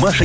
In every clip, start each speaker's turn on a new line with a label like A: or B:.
A: Маша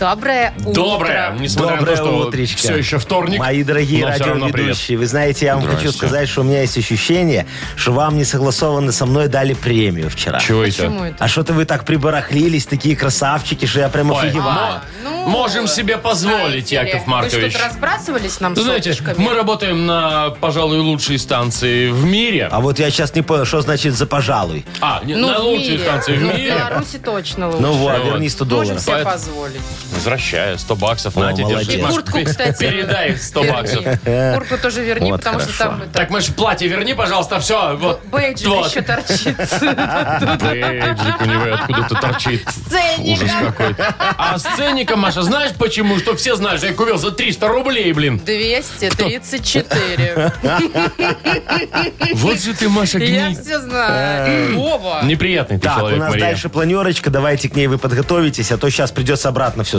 B: Доброе утро.
C: Доброе! Несмотря
D: Доброе
C: на то, что
D: утречко.
C: все еще вторник.
D: Мои дорогие
C: но всё равно привет.
D: радиоведущие, вы знаете, я вам хочу
C: Здрасте.
D: сказать, что у меня есть ощущение, что вам не согласованно со мной дали премию вчера.
C: Чего
B: Почему
C: это?
B: это?
D: А что-то вы так прибарахлились, такие красавчики, что я прям
C: Ой, а
D: офигеваю.
B: Ну,
C: Можем себе позволить,
B: знаете ли,
C: Яков Маркович.
B: Вы что-то разбрасывались нам
C: Ну, знаете,
B: соточками?
C: мы работаем на, пожалуй, лучшей станции в мире.
D: А вот я сейчас не понял, что значит за пожалуй.
C: А, не,
B: Ну,
C: на
B: в
C: лучшей
B: мире.
C: станции в
B: Ну,
C: мире.
B: Беларуси точно лучше.
D: Ну вот,
C: вот.
D: верни 100
B: Можем
D: долларов.
B: себе
C: Поэт-
B: позволить.
C: Возвращаю 100 баксов.
D: О,
C: Надя,
D: молодец.
C: держи.
B: И
D: Маш,
B: куртку, кстати.
C: Передай 100
B: верни.
C: баксов.
B: Куртку тоже верни,
D: Вот
B: потому что там
D: хорошо.
B: это,
C: Так, Маш, платье верни, пожалуйста, все. Вот.
B: бейджик
C: Вот.
B: еще торчит.
C: Бейджик у него откуда-то торчит. Ужас
B: Ценник.
C: какой. А сценника, Маша, знаешь почему? Что все знают, что я купил за 300 рублей, блин.
B: 234.
C: Вот же ты, Маша,
B: Я
C: гнись.
B: все
D: Э.
B: знаю. Вова.
C: Неприятный ты
D: Так, у
C: человек,
D: нас
C: Мария.
D: дальше планерочка, давайте к ней вы подготовитесь, а то сейчас придется обратно все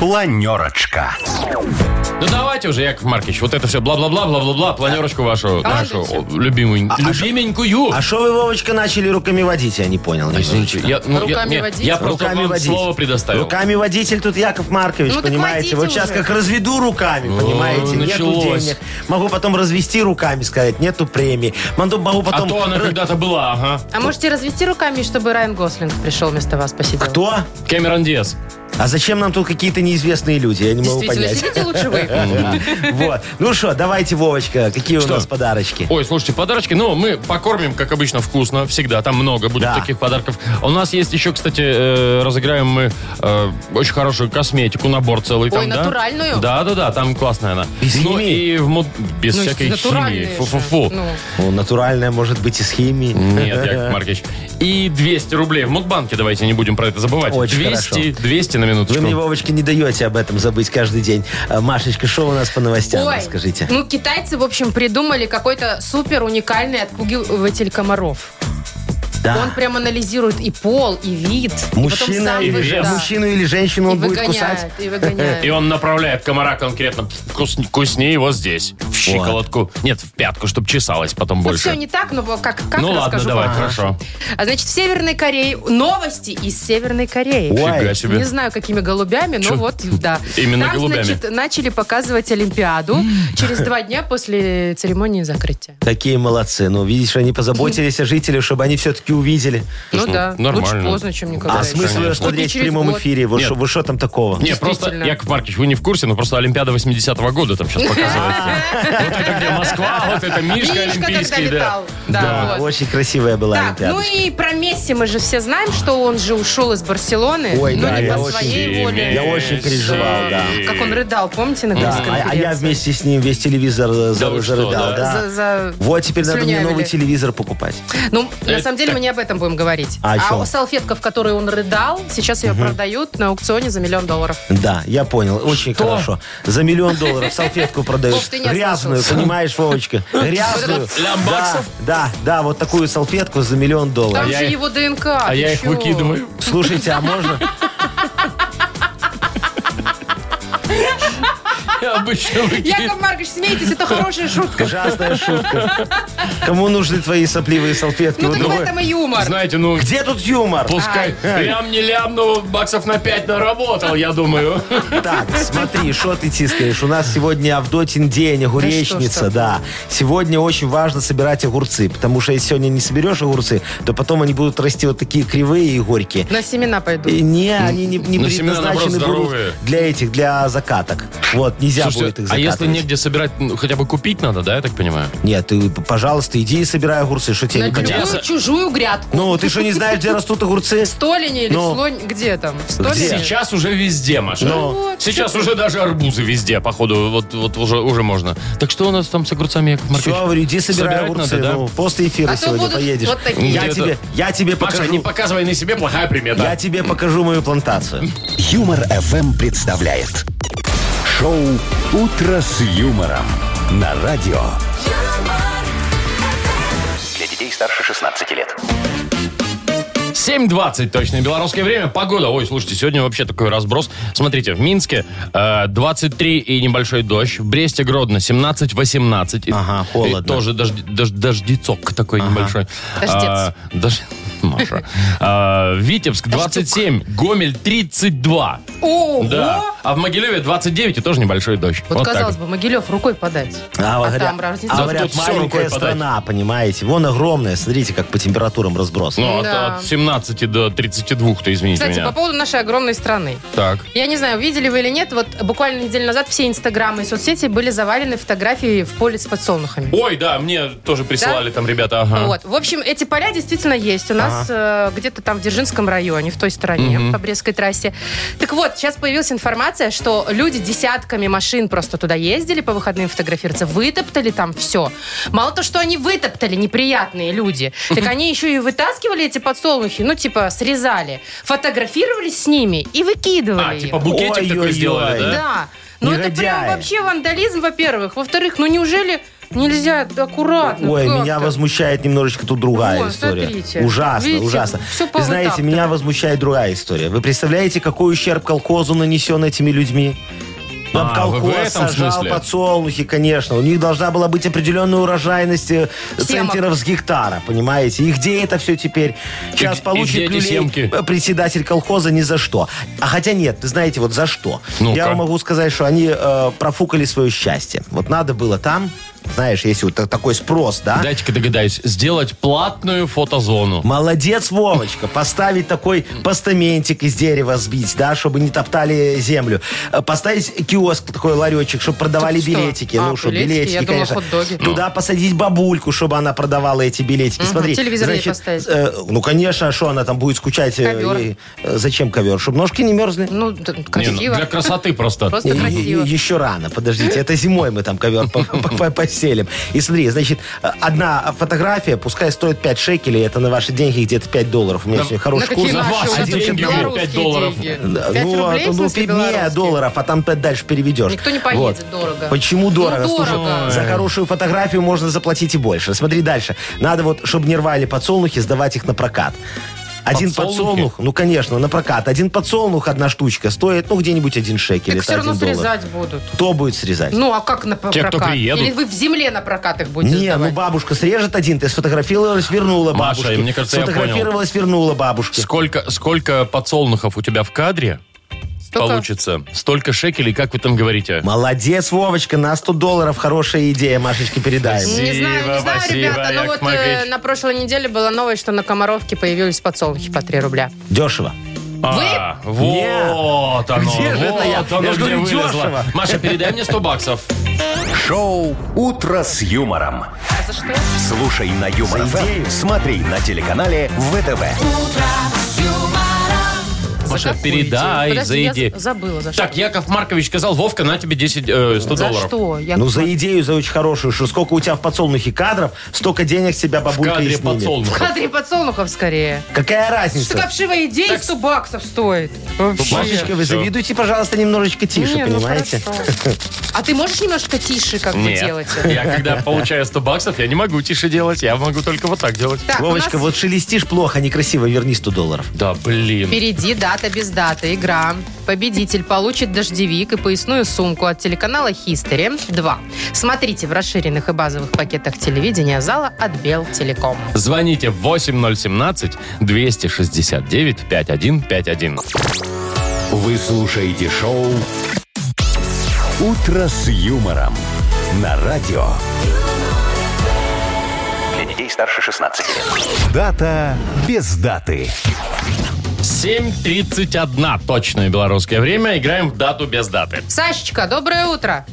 A: Планерочка.
C: Ну давайте уже, Яков Маркич, вот это все бла-бла-бла, бла-бла-бла, планерочку вашу,
B: А,
C: нашу о, любимую, любименькую.
D: А что вы, Вовочка, начали руками водить? Я не понял.
C: Извините,
D: немножечко.
C: я, ну, я,
B: Руками
C: нет,
B: водить?
C: я просто
D: Руками
C: вам
D: водить.
C: слово предоставил.
D: Руками водитель тут Яков Маркович,
B: Ну так
D: понимаете?
B: водите
D: Вот сейчас
B: уже.
D: как разведу руками, понимаете? Нету
C: началось.
D: денег. Могу потом развести руками, сказать, нету премии. Могу могу
C: А
D: потом...
C: то она
D: р-
C: когда-то была, ага.
B: А можете развести руками, чтобы Райан Гослинг пришел вместо вас посидел?
D: А Кто?
C: Кэмерон Диас.
D: А зачем нам тут какие-то неизвестные люди? Я не могу
B: Действительно,
D: понять.
B: сидите лучше вы.
D: Вот. Ну что, давайте, Вовочка, какие у
C: Что?
D: нас подарочки?
C: Ой, слушайте, подарочки. Ну, мы покормим, как обычно, вкусно. Всегда. Там много будет
D: Да.
C: таких подарков. А У нас есть еще, кстати, э, разыграем мы э, очень хорошую косметику, набор целый.
B: Ой,
C: там, да?
B: натуральную?
C: Да, да, да, там классная она.
D: Без
C: Ну,
D: химии?
C: и в мод- без
B: Ну,
C: всякой
B: натуральные
C: химии.
B: же.
C: Фу-фу-фу.
B: Ну,
D: Ну, натуральная, может быть, из химии.
C: Нет, Яков Маркович. И 200 рублей в Мудбанке, давайте не будем про это забывать.
D: Очень
C: 200,
D: хорошо.
C: 200 на минуточку.
D: Вы мне, Вовочка, не даете об этом забыть каждый день. А, Машечка, что у нас по новостям?
B: Ой,
D: Расскажите.
B: ну китайцы, в общем, придумали какой-то супер уникальный отпугиватель комаров.
D: Да.
B: Он прям анализирует и пол, и вид. и потом
D: А. Мужчина,
B: сам
D: или
B: вы-
C: вес.
B: да.
D: мужчину или женщину
B: И
D: он будет кусать?
B: выгоняет, и выгоняет.
C: И он направляет комара конкретно. Кус, кусни его здесь, в щиколотку. Нет, в пятку, чтобы чесалось потом
B: Ну,
C: больше.
B: все не так, но как, как
C: ну ладно,
B: расскажу
C: давай,
B: вам.
C: хорошо.
B: А значит, в Северной Корее новости из Северной Кореи.
D: Ой.
C: Фига себе.
B: Не знаю, какими голубями, но
C: Чё?
B: вот, да.
C: Именно
B: Там,
C: голубями.
B: значит, начали показывать Олимпиаду через два дня после церемонии закрытия.
D: Такие молодцы. Ну, видишь, они позаботились о жителях, чтобы они все-таки увидели.
B: Ну,
C: ну,
B: да,
C: нормально.
B: лучше поздно, чем никогда.
D: А смысл
C: конечно.
D: ее
B: Вот не
D: смотреть в
B: через
D: прямом
B: год.
D: эфире? Вот
C: Нет.
D: что- Вот что там такого?
C: Не, просто,
B: Действительно.
C: Яков Маркович, вы не в курсе, но просто Олимпиада 80-го года там сейчас показывается. Вот это где Москва, вот это Мишка
B: Мишка когда
C: Олимпийский, да.
B: летал. Да, вот.
D: Очень красивая была
B: Так, ну
D: Олимпиада.
B: и про Месси мы же все знаем, что он же ушел из Барселоны.
D: Ой,
B: ну,
D: да,
B: не
D: я
B: по
D: очень-
B: своей воле.
D: Я очень переживал, да.
B: Как он рыдал, помните, на
D: Да, а- а я
B: пресс-конференции?
D: вместе с ним весь телевизор э,
C: Да вы
D: за-
C: что,
D: зарыдал,
C: да?
D: да.
B: За- за-
D: Вот теперь надо мне
B: слюнявили.
D: новый телевизор покупать.
B: Ну, на
C: Это
B: самом деле, мы не об этом будем говорить.
D: А о чем?
B: о салфетках, которые он рыдал, сейчас ее продают на аукционе за миллион долларов.
D: Да, я понял, очень хорошо. За миллион долларов салфетку
B: Вов,
D: продают.
B: ты не
D: Грязную,
B: ослышался.
D: понимаешь, Вовочка? Грязную. Да,
C: Лямбаксов?
D: да, да, вот такую салфетку за миллион
B: Там
D: долларов.
C: я
B: же
C: их-
B: его ДНК.
C: А
B: ты
C: я их
B: чё?
C: выкидываю.
D: Слушайте, а можно?
C: Я обычно выкидываю.
B: Яков Маркович, смейтесь, это хорошая шутка.
D: Ужасная шутка. Кому нужны твои сопливые салфетки?
B: Ну
D: Вот
B: так в
D: другой-
B: этом и юмор.
C: Знаете, ну,
D: Где тут юмор?
C: пускай лям не лям, но баксов на 5 наработал, я думаю.
D: Так, смотри, что ты тискаешь? У нас сегодня Авдотин день,
B: Да что
D: огуречница,
B: ж
D: да. Сегодня очень важно собирать огурцы, потому что если сегодня не соберешь огурцы, то потом они будут расти вот такие кривые и горькие.
B: На семена пойду.
D: И Не, они не, не
C: Ну, семена, наоборот,
D: предназначены будут
C: здоровые.
D: для этих, для закаток. Вот, нельзя нельзя
C: Слушайте,
D: будет их
C: а
D: закатывать.
C: если негде собирать, ну, хотя бы купить надо, да, я так понимаю?
D: Нет, ты, пожалуйста, иди и собирай огурцы, что тебе
B: На
D: не понятно?
C: понятно.
B: любую чужую грядку.
D: Ну, ты что, не знаешь, где растут огурцы?
B: В Столине или
D: Ну.
B: в Слоне? Где там? В Столине?
C: Сейчас уже везде, Маша.
B: Ну.
C: Сейчас уже даже арбузы везде, походу, вот, вот уже, уже можно. Так что у нас там с огурцами, Яков Маркович?
D: Все, иди собирай
C: Собирать
D: огурцы.
C: надо, да? Ну,
D: ну, после эфира
B: А то
D: сегодня
B: будут
D: поедешь.
B: вот такие.
D: Я
C: Где-то-
D: тебе, я тебе
C: Маша,
D: покажу.
C: не показывай на себе, плохая примета.
D: Я тебе покажу мою плантацию.
A: Юмор FM представляет шоу Утро с юмором на радио.
E: Для детей старше 16 лет.
C: 7.20 точное белорусское время. Погода. Ой, слушайте, сегодня вообще такой разброс. Смотрите, в Минске э, 23 и небольшой дождь. В Бресте, Гродно 17-18. И-
D: Ага, холодно.
C: и тоже дожди- дож- дождицок такой небольшой.
B: Дождец.
C: А, дож- Маша. А, Витебск 27, Гомель 32.
B: Ого!
C: Да. А в Могилеве 29 и тоже небольшой дождь.
B: Вот,
C: так
B: казалось бы, Могилев рукой подать.
D: А, вот говорят,
B: там разница.
D: а
C: Да
D: говорят,
C: тут всё рукой
D: маленькая
C: подать.
D: страна, понимаете? Вон огромная, смотрите, как по температурам разброс.
C: Ну, от-
B: Да.
C: от, 17 до 32, то извините
B: Кстати,
C: меня.
B: по поводу нашей огромной страны.
C: Так.
B: Я не знаю, видели вы или нет, вот буквально неделю назад все инстаграмы и соцсети были завалены фотографией в поле с подсолнухами.
C: Ой, да, мне тоже присылали там ребята. Ага.
B: Вот. В общем, эти поля действительно есть у нас э, где-то там в Дзержинском районе, в той стороне, по Брестской трассе. Так вот, сейчас появилась информация, что люди десятками машин просто туда ездили по выходным фотографироваться, вытоптали там все. Мало то, что они вытоптали, неприятные люди, так они еще и вытаскивали эти подсолнухи, ну, типа, срезали, фотографировались с ними и выкидывали
C: А,
B: их.
C: типа букетик такой
D: Ой-ой-ой.
C: сделали, да?
B: Да. Ну это прям
D: Негодяи.
B: вообще вандализм, во-первых. Во-вторых, ну неужели нельзя аккуратно?
D: Ой,
B: как-то?
D: меня возмущает немножечко тут другая
B: Вот,
D: история.
B: смотрите.
D: Ужасно,
B: Видите,
D: ужасно.
B: всё
D: Вы знаете,
B: повытаптано.
D: меня возмущает другая история. Вы представляете, какой ущерб колхозу нанесен этими людьми? Нам
C: А, вы в
D: колхоз
C: этом
D: сажал
C: смысле?
D: подсолнухи, конечно. У них должна была быть определенная урожайность э,
B: Семок.
D: центнеров с гектара, понимаете? И где это все теперь? Сейчас
C: И- и где
D: получит
C: эти
D: люлей
C: семки?
D: э, председатель колхоза ни за что. А хотя нет, вы знаете, вот за что.
C: Ну-ка.
D: Я вам могу сказать, что они э, профукали свое счастье. Вот надо было там, знаешь, если вот та- такой спрос, да?
C: Дайте-ка догадаюсь, сделать платную фотозону.
D: Молодец, Вовочка, поставить такой постаментик из дерева сбить, да, чтобы не топтали землю. Э, Поставить киоск, такой ларечек, чтобы продавали
B: Так что?
D: билетики.
B: А,
D: ну, что,
B: билетики,
D: билетики,
B: я думала,
D: конечно.
B: хот-доги.
D: Туда посадить бабульку, чтобы она продавала эти билетики. Смотри,
B: телевизор ей
D: значит,
B: поставить.
D: э, ну, конечно, а что она там будет скучать? э,
B: Ковер.
D: ей? Э, зачем ковер? Чтобы ножки не мерзли?
B: Ну, д-
C: Не, ну,
B: красиво.
C: для красоты просто.
B: Просто
D: Э, Е-
B: красиво.
D: е- Еще рано, подождите, это зимой мы там ковер по- по- по- поселим. И смотри, значит, одна фотография, пускай стоит 5 шекелей, это на ваши деньги где-то 5 долларов. У меня
C: На-
D: сегодня хороший
C: на
D: курс.
C: какие
B: наши?
C: вас
B: У нас
C: один
B: вообще
C: деньги, пять
B: белорусские
C: долларов.
B: деньги.
D: Да,
B: Пять
D: ну,
B: рублей,
D: ну,
B: в смысле,
D: пи- не,
B: белорусские?
D: долларов, а там п- дальше переведешь.
B: Никто не поедет, дорого.
D: Почему
B: Ну,
D: дорого?
B: дорого.
D: Слушай, за хорошую фотографию можно заплатить и больше. Смотри дальше. Надо вот, чтобы не рвали подсолнухи, сдавать их на прокат. Один
C: Подсолнухи?
D: подсолнух, ну, конечно, на прокат. Один подсолнух, одна штучка, стоит, ну, где-нибудь один
B: Так
D: шекель. это
B: все равно
D: один доллар.
B: срезать будут.
D: Кто будет срезать?
B: Ну, а как на
C: Те, кто
B: прокат?
C: приедут.
B: Или вы в земле на прокат их будете
D: Не, ну
B: сдавать?
D: бабушка срежет один, ты сфотографировалась, вернула
C: Маша,
D: бабушке.
C: мне кажется, я понял.
D: Сфотографировалась, вернула бабушке.
C: Сколько, сколько подсолнухов у тебя в кадре
B: Столько-
C: получится? Столько шекелей, как вы там говорите?
D: Молодец, Вовочка, на 100 долларов хорошая идея, Машечке передаем.
B: Не знаю, не
C: Спасибо,
B: знаю,
C: спасибо,
B: ребята, но
C: Яков
B: вот э,
C: Маркович.
B: на прошлой неделе была новость, что на Комаровке появились подсолнухи по 3 рубля.
D: Дешево.
C: А, вот оно,
D: Где же это
C: вот
D: я?
C: оно
D: Я же
C: где
D: говорю,
C: вылезло.
D: дешево.
C: Маша, передай мне 100 баксов.
A: Шоу Утро с юмором.
B: А за что?
A: Слушай на Юмор ФМ, смотри на телеканале ВТВ.
C: Маша,
B: какую
C: передай,
B: идею? Подожди,
C: за идею.
B: Я з- забыла, за что.
C: Так, Яков Маркович сказал, Вовка, на тебе 10, э, 100
B: за
C: долларов.
B: что? Я...
D: Ну, за идею, за очень хорошую, что сколько у тебя в подсолнухе кадров, столько денег с тебя
C: В
D: бабулька и
C: кадре
D: снимет.
C: подсолнухов.
B: Смотри, подсолнухов скорее.
D: Какая
C: Ну,
B: Что
D: разница?
B: ковшивая идея 100 баксов стоит. Вообще.
D: Машечка, вы
C: Всё.
D: завидуйте, пожалуйста, немножечко тише,
B: Не, ну
D: понимаете?
B: хорошо. а ты можешь немножко тише как бы
C: Нет.
B: делать?
C: Я когда получаю 100 баксов, я не могу тише делать, я могу только вот так делать.
B: Так, у
D: Вовочка,
B: нас
D: вот шелестишь плохо, некрасиво, верни 100 долларов.
C: Да, блин.
B: Впереди дата без даты. Игра. Победитель получит дождевик и поясную сумку от телеканала History 2. Смотрите в расширенных и базовых пакетах телевидения зала от Белтелеком.
C: Звоните 8017-269-5151.
A: Вы слушаете шоу Утро с юмором на радио.
E: Для детей старше 16 лет.
A: Дата без даты.
C: 7.31 точное белорусское время. Играем в дату без даты.
B: Сашечка, доброе утро.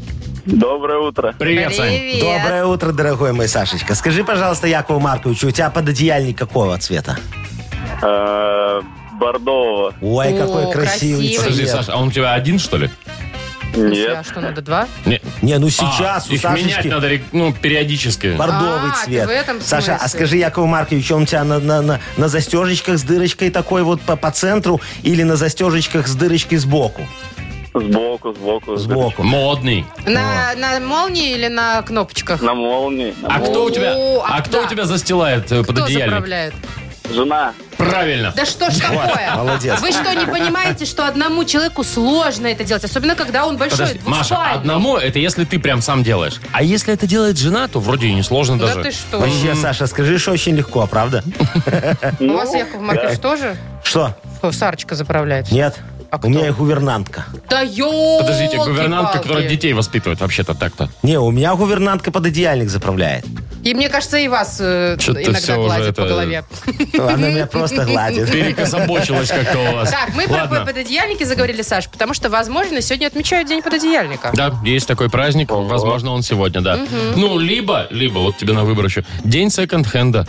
F: Доброе утро.
C: Привет, Сань.
D: Доброе утро, дорогой мой Сашечка. Скажи, пожалуйста, Якову Марковичу, у тебя пододеяльник какого цвета?
F: Э, Бордового.
D: Ой,
B: О,
D: какой красивый,
B: красивый.
C: Подожди,
D: цвет.
C: Саш, а он у тебя один, что ли?
F: Нет.
B: а что, надо два?
C: Не-
D: Не, ну
C: А,
D: сейчас у
C: их менять
D: Сашечки
C: надо ре- ну, периодически.
D: бордовый
B: А, ты
D: цвет.
B: в этом
D: Саша, а
B: смысле?
D: скажи, Якову Марковичу, он у тебя на, на, на, на застежечках с дырочкой такой вот по, по центру или на застежечках с дырочкой сбоку?
F: Сбоку, сбоку.
D: Сбоку.
C: Модный.
B: На, на молнии или на кнопочках?
F: На молнии. на
C: А
F: молнии.
C: кто у тебя?
B: О,
C: А
B: а
C: кто у
B: да.
C: тебя застилает э,
B: Кто
C: пододеяльник?
B: заправляет?
F: Жена.
C: Правильно.
B: Да что ж такое?
D: молодец.
B: Вы что, не понимаете, что одному человеку сложно это делать? Особенно, когда он большой,
C: Подожди, Маша,
B: двухспальный.
C: одному это если ты прям сам делаешь. А если это делает жена, то вроде и несложно
B: Да
C: даже.
B: ты что?
D: Вообще, Саша, скажи, что очень легко, правда?
B: У вас, Яков
C: Э.
B: Маркович, тоже?
D: Что?
B: Что, Сарочка заправляет?
D: Нет?
B: А
D: У меня
B: кто?
D: гувернантка.
B: Да елки
C: Подождите, гувернантка, которая детей воспитывает вообще-то так-то.
D: Не, у меня гувернантка пододеяльник заправляет.
B: И мне кажется, и вас э,
C: Что-то
B: иногда
C: всё уже
B: гладят по
C: это- э,
B: голове.
D: Она меня просто гладит.
C: Перекособочилась как-то у вас.
B: Так, мы про
C: Ладно.
B: пододеяльники заговорили, Саш, потому что, возможно, сегодня отмечают День пододеяльника.
C: Да, есть такой праздник, возможно, он сегодня, да. Ну, либо, либо, вот тебе на выбор еще, день секонд-хенда.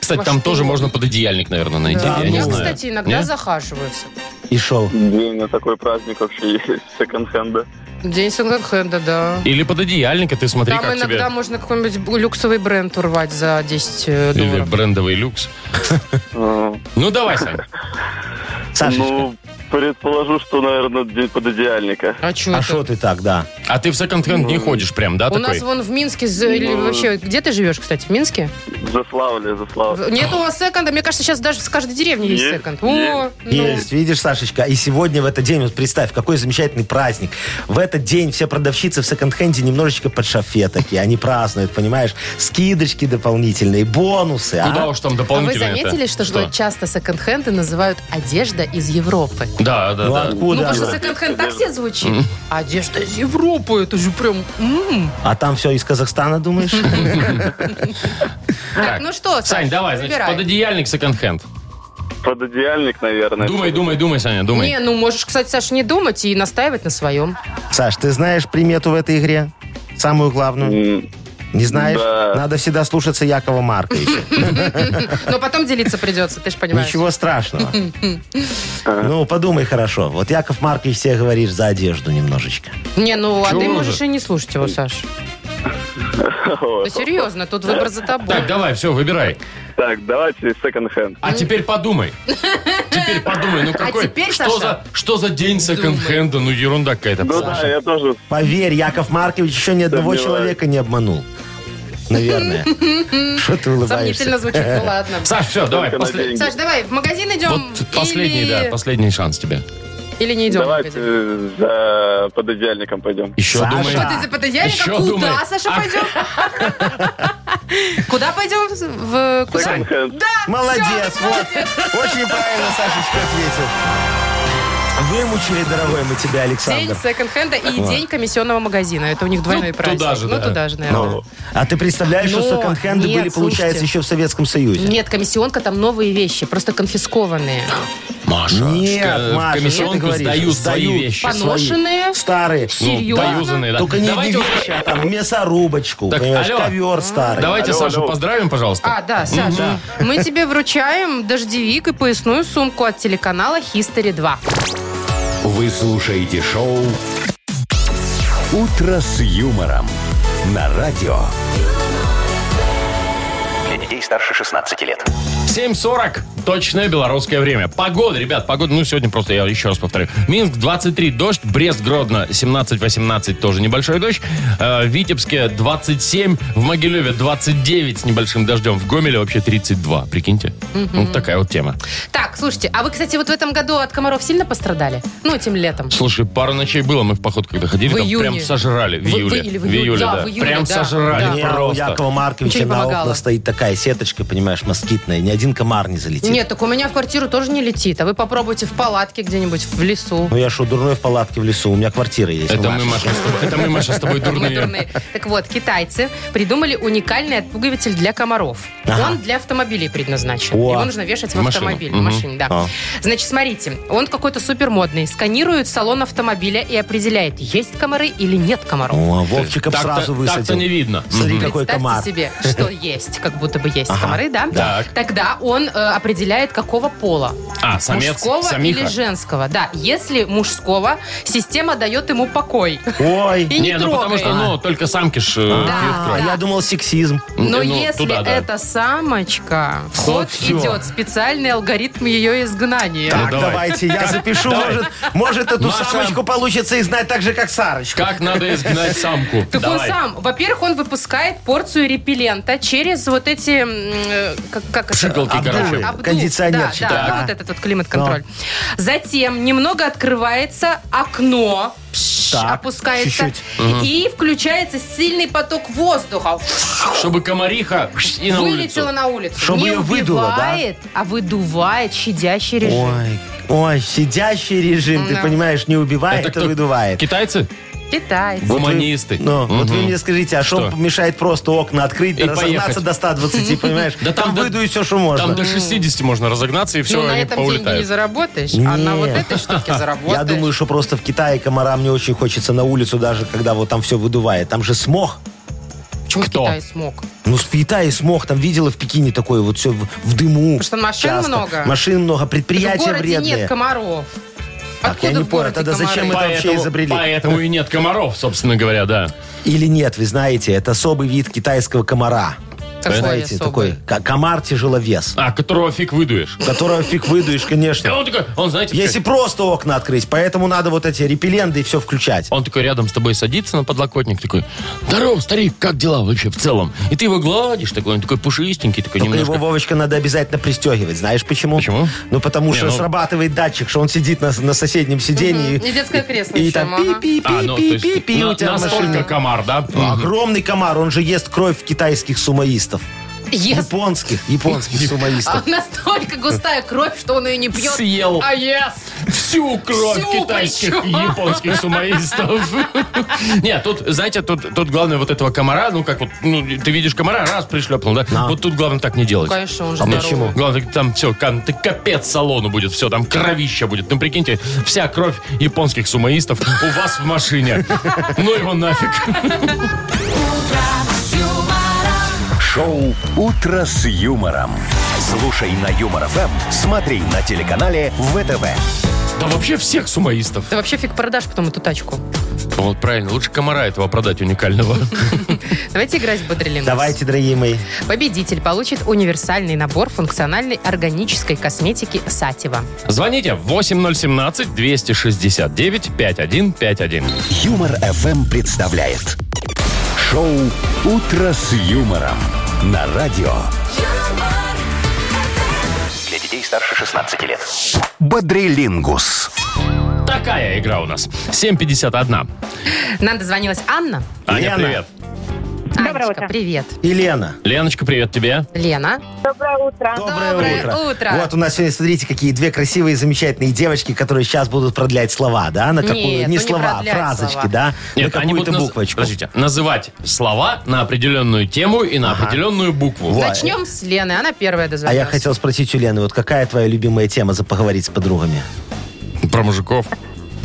C: Кстати,
B: А
C: там
B: что?
C: тоже можно пододеяльник, наверное, найти,
D: Да,
C: я не
B: Я,
C: знаю.
B: кстати, иногда
C: Не?
B: захаживаюсь.
D: И шоу.
F: Блин, на такой праздник вообще есть. Секонд-хенда.
B: День секонд-хенда, да.
C: Или пододеяльник, и ты смотри,
B: Там
C: как
B: иногда
C: тебе.
B: можно какой-нибудь люксовый бренд урвать за 10 э,
C: Или
B: долларов.
C: брендовый люкс.
F: Э,
C: Ну, давай, Сань.
D: Сашечка,
F: Ну, предположу, что, наверное, день пододеяльника.
B: А что
D: а что ты так, да?
C: А ты в секонд-хенд не ходишь прям, да,
B: У нас
C: А такой?
B: вон в Минске, з- или
F: Ну.
B: вообще, где ты живешь, кстати, в Минске?
F: Заславле, заславле.
B: В- Нет у вас секонда, мне кажется, сейчас даже в каждой деревне есть,
F: Есть,
B: секонд.
F: есть.
B: ну.
D: Есть, видишь, Сашечка, и сегодня в этот день, вот представь, какой замечательный праздник. В этот день все продавщицы в секонд-хенде немножечко под шафе такие, они празднуют, понимаешь, скидочки дополнительные, бонусы. а?
C: Куда Ну, уж там
B: А вы
C: дополнительно
B: заметили, что, вот часто секонд-хенды называют «одежда из Европы»?
C: Да, да,
D: Ну
C: да.
B: Ну,
D: откуда?
B: потому что
D: она?
B: секонд-хенд так все звучит. Одежда из Европы, это же прям... м-м. м.
D: А там все из Казахстана, думаешь?
B: Так, ну что, Саш,
C: Сань, давай, значит,
B: выбирай.
C: пододеяльник секонд-хенд.
F: Пододеяльник, наверное.
C: Думай, думай, думай, Саня, думай.
B: Не, ну можешь, кстати, Саша, не думать и настаивать на своем.
D: Саш, ты знаешь примету в этой игре? Самую главную?
F: М,
D: Не знаешь?
F: да.
D: Надо всегда слушаться Якова Марковича.
B: Но потом делиться придется, ты же понимаешь.
D: Ничего страшного. Ну, подумай хорошо. Вот Яков Маркович тебе говоришь за одежду немножечко.
B: Не, ну, а
C: Чего
B: ты
C: же?
B: можешь и не слушать его, Саш. Да серьезно, тут выбор за тобой.
C: Так, давай, все, выбирай.
F: Так, давайте секонд-хенд.
C: А теперь подумай. Теперь подумай, ну какой...
B: Ну. А теперь,
C: что, за,
B: Саша,
C: что за день секонд-хенда? Ну, ерунда какая-то.
F: Ну да, я тоже.
D: Поверь, Яков Маркович еще ни одного
F: Сомневаюсь.
D: человека не обманул. Наверное. Что ты
B: Сомнительно
D: улыбаешься?
B: звучит, ну ладно.
C: Саш, все, давай,
F: Только на
C: послед-
F: деньги.
B: Саш, давай, в магазин идем
C: Вот последний, да,
B: или...
C: последний шанс тебе.
B: или не идем
F: Давайте
B: в магазин?
F: э, за пододеяльником пойдем.
C: Еще
D: Саша.
C: думай.
D: Что
B: Ты за пододеяльником?
C: Еще
B: Куда,
C: думай.
B: Саша,
C: А.
B: пойдем? Куда пойдем? В... Куда?
F: Секонд-хенд.
D: Молодец, вот. Очень правильно Сашечка ответил. Вымучили, дорогой мы тебя,
B: День
D: Александр.
B: секонд-хенда и день комиссионного магазина. Это у них двойной
C: Ну,
B: праздник.
C: туда же,
B: ну,
C: да.
B: туда же, наверное.
D: Ну, А ты представляешь, что
B: Но,
D: секонд-хенды
B: Ну, нет,
D: были, получается,
B: слушайте.
D: еще в Советском Союзе?
B: Нет, комиссионка там новые вещи, просто конфискованные.
C: Маша,
D: Нет, Маша, что ты
C: комиссионку
D: говоришь?
C: сдают свои
D: Сдают.
C: вещи.
D: Пан-
B: Поношенные.
D: Старые.
C: Ну,
B: Серьезно?
C: доюзанные, да.
D: Только не
C: Давайте
D: не
C: уже-
D: вещи, а там мясорубочку,
C: Так,
D: понимаешь,
C: алло.
D: ковер старый.
C: Давайте
F: Алло,
C: Сашу
F: алло.
C: поздравим, пожалуйста.
B: А, да, Саша, мы тебе вручаем дождевик и поясную сумку от телеканала History 2.
A: Вы слушаете шоу «Утро с юмором» на радио.
E: Для детей старше 16 лет.
C: 7.40. Точное белорусское время. Погода, ребят, погода. Ну, сегодня просто я еще раз повторю. Минск 23, дождь. Брест, Гродно 17-18, тоже небольшой дождь. Э, В Витебске 27, в Могилеве 29 с небольшим дождем. В Гомеле вообще 32, прикиньте. Вот такая вот тема.
B: Так, слушайте, а вы, кстати, вот в этом году от комаров сильно пострадали? Ну, этим летом.
C: Слушай, пару ночей было, мы в поход когда ходили,
B: В
C: там
B: июне.
C: прям сожрали. В
B: В- в
C: июле.
B: июле, в июле, да, в июле,
C: прям
B: да,
C: сожрали
B: да.
D: У меня, у
C: просто.
D: Якова Марковича
B: Ничего не
D: на
B: помогало.
D: окна стоит такая сеточка, понимаешь, москитная. Ни один один комар не залетит.
B: Нет, так у меня в квартиру тоже не летит. А вы попробуйте в палатке где-нибудь в лесу.
D: Ну я что, дурной в палатке в лесу? У меня квартира есть.
C: Это мы,
D: Машечка.
C: Маша, с тобой, это мы, Маша, с тобой
B: Мы
C: дурные.
B: дурные. Так вот, китайцы придумали уникальный отпугиватель для комаров.
D: Ага.
B: Он для автомобилей предназначен.
D: О.
B: Его нужно вешать в,
C: В машину.
B: автомобиль, в
C: Мгм.
B: машине, да.
D: А.
B: Значит, смотрите, он какой-то супермодный. Сканирует салон автомобиля и определяет, есть комары или нет комаров.
D: О, а Вовчика б
C: Так-то- Так-то
D: сразу высадил.
C: не видно.
D: Смотри,
C: Мгм.
D: какой
B: Представьте
D: комар.
B: себе, что есть, как будто бы есть
D: Ага.
B: комары, да?
C: Так.
B: Тогда он э, определяет, какого пола.
C: А, самец,
B: мужского
C: самиха.
B: или женского. Да, если мужского, система дает ему покой.
D: Ой.
B: И не,
C: Не, ну потому что,
B: трогает.
C: ну, только самки ж... э,
B: Да.
C: пьют кровь.
D: А я думал сексизм.
C: Ну,
B: Но если
C: туда, да.
B: это самочка, в ход
D: всё.
B: идет специальный алгоритм ее изгнания.
D: Так,
C: давай.
D: давайте, я запишу.
C: Давай.
D: Может, может, эту
C: Маша.
D: самочку получится и знать так же, как Сарочку.
C: Как надо изгнать самку?
B: Так
C: Давай.
B: он сам, во-первых, он выпускает порцию репеллента через вот эти, м, э, как, как это?
C: Пшикалки,
B: Обдув.
C: короче.
B: Обдув,
D: Кондиционерчики.
B: Да, да,
D: Так.
B: ну, вот этот вот климат-контроль. Затем немного открывается окно, пш,
D: Так,
B: опускается,
D: чуть-чуть.
B: и включается сильный поток воздуха.
C: Чтобы комариха пш, и на
B: Вылетела
C: улицу.
B: на улицу.
D: Чтобы
B: Не
D: ее выдуло, да?
B: убивает, а выдувает щадящий режим.
D: Ой, ой, сидящий режим, ты
B: Да.
D: понимаешь, не убивает,
C: кто?
D: это выдувает.
C: Китайцы?
B: Питается.
D: Вот вы-
C: Гуманисты.
D: Ну, вот вы
C: Мгм.
D: мне скажите, а что
C: Что?
D: мешает просто окна открыть,
C: И
D: разогнаться
C: поехать.
D: до 120, понимаешь?
C: Да там
D: там
C: до-
D: выдую все, что
C: Там
D: можно.
C: до 60 можно разогнаться, и все,
B: ну, на
C: они
B: этом деньги не
C: поулетают.
B: заработаешь, а на вот
D: Нет.
B: этой штуке заработаешь.
D: Я думаю, что просто в Китае комарам не очень хочется на улицу, даже когда вот там все выдувает. Там же смог.
B: Почему
C: Кто?
B: Китай смог?
D: Ну, в Китае смог, там видела в Пекине такое вот все в, в дыму.
B: Потому что машин много.
D: Машин много,
B: Так в
D: предприятия
B: городе
D: вредные.
B: нет комаров.
D: Так,
B: Откуда
D: я не
B: в городе
D: понял, тогда
B: комары?
D: зачем мы это вообще изобрели?
C: поэтому и нет комаров, собственно говоря, да.
D: Или нет, вы знаете, это особый вид китайского комара.
B: Какой
D: знаете,
B: особый?
D: такой ко- комар тяжеловес,
C: А, которого фиг выдуешь.
D: которого фиг выдуешь,
C: И
D: конечно.
C: он такой, он, знаете,
D: Если просто окна открыть, поэтому надо вот эти репелленды и все включать.
C: Он такой рядом с тобой садится на подлокотник, такой, здорово, старик, как дела вообще в целом? И ты его гладишь, такой, он такой пушистенький, такой
D: Только
C: немножко.
D: его, Вовочка, надо обязательно пристегивать. Знаешь почему?
C: Почему?
D: Ну, потому
C: Не,
D: что
C: ну-
D: срабатывает датчик, что он сидит на, на соседнем сиденье.
B: Мгм. И детское кресло
D: И,
B: еще,
D: там
B: ага.
C: А, ну, то есть
D: пи-пи-пи-пи-пи у
C: на-
D: тебя в
C: настолько
D: машине.
C: комар, да?
D: Ну, Огромный комар, он же ест кровь китайских сумоистов.
B: Ест.
D: Японских, японских
B: А
D: сумоистов.
B: настолько густая кровь, что он ее не пьет.
C: Съел.
B: А ест.
C: Всю кровь
B: Всю
C: китайских и
B: причем.
C: японских сумоистов. Нет, тут, знаете, тут, тут главное вот этого комара, ну как вот, ну, ты видишь комара, раз пришлепнул, да?
D: Да.
C: Вот тут главное так не делать.
B: Конечно, он же
D: А
B: здоровый.
D: почему?
C: Главное, там все, кон- ты капец салону будет, все, там кровища будет. Ну, прикиньте, вся кровь японских сумоистов у вас в машине. Ну его нафиг.
A: Шоу «Утро с юмором». Слушай на Юмор ФМ, смотри на телеканале ВТВ.
C: Да вообще всех сумоистов.
B: Ты вообще фиг продашь потом эту тачку.
C: Вот правильно, лучше комара этого продать уникального.
B: Давайте играть в Бодрилингус.
D: Давайте, дорогие мои.
B: Победитель получит универсальный набор функциональной органической косметики Сатева.
C: Звоните 8017-269-5151.
A: Юмор ФМ представляет. Шоу «Утро с юмором» на радио
G: юмор,
E: Для детей старше 16 лет.
A: «Бодрилингус».
C: Такая игра у нас. 751.
B: Нам дозвонилась Анна.
C: Аня,
D: Лена.
C: привет.
B: Анечка, привет.
D: Елена.
C: Леночка, привет тебе.
B: Лена.
H: Доброе утро.
D: Доброе,
B: Доброе
D: утро.
B: утро.
D: Вот у нас сегодня, смотрите, какие две красивые, замечательные девочки, которые сейчас будут продлять слова, да? На какую?
B: Нет, ну
D: не
B: не
D: слова, а
B: продлять
D: фразочки,
B: слова.
D: да? на
C: они
D: какую-то
C: будут наз-
D: буквочку.
C: Подождите, называть слова на определенную тему и на определенную букву.
B: Начнем с Лены. Она первая
D: А
B: дозвонилась.
D: я хотел спросить у Лены, вот какая твоя любимая тема за поговорить с подругами?
C: Про мужиков.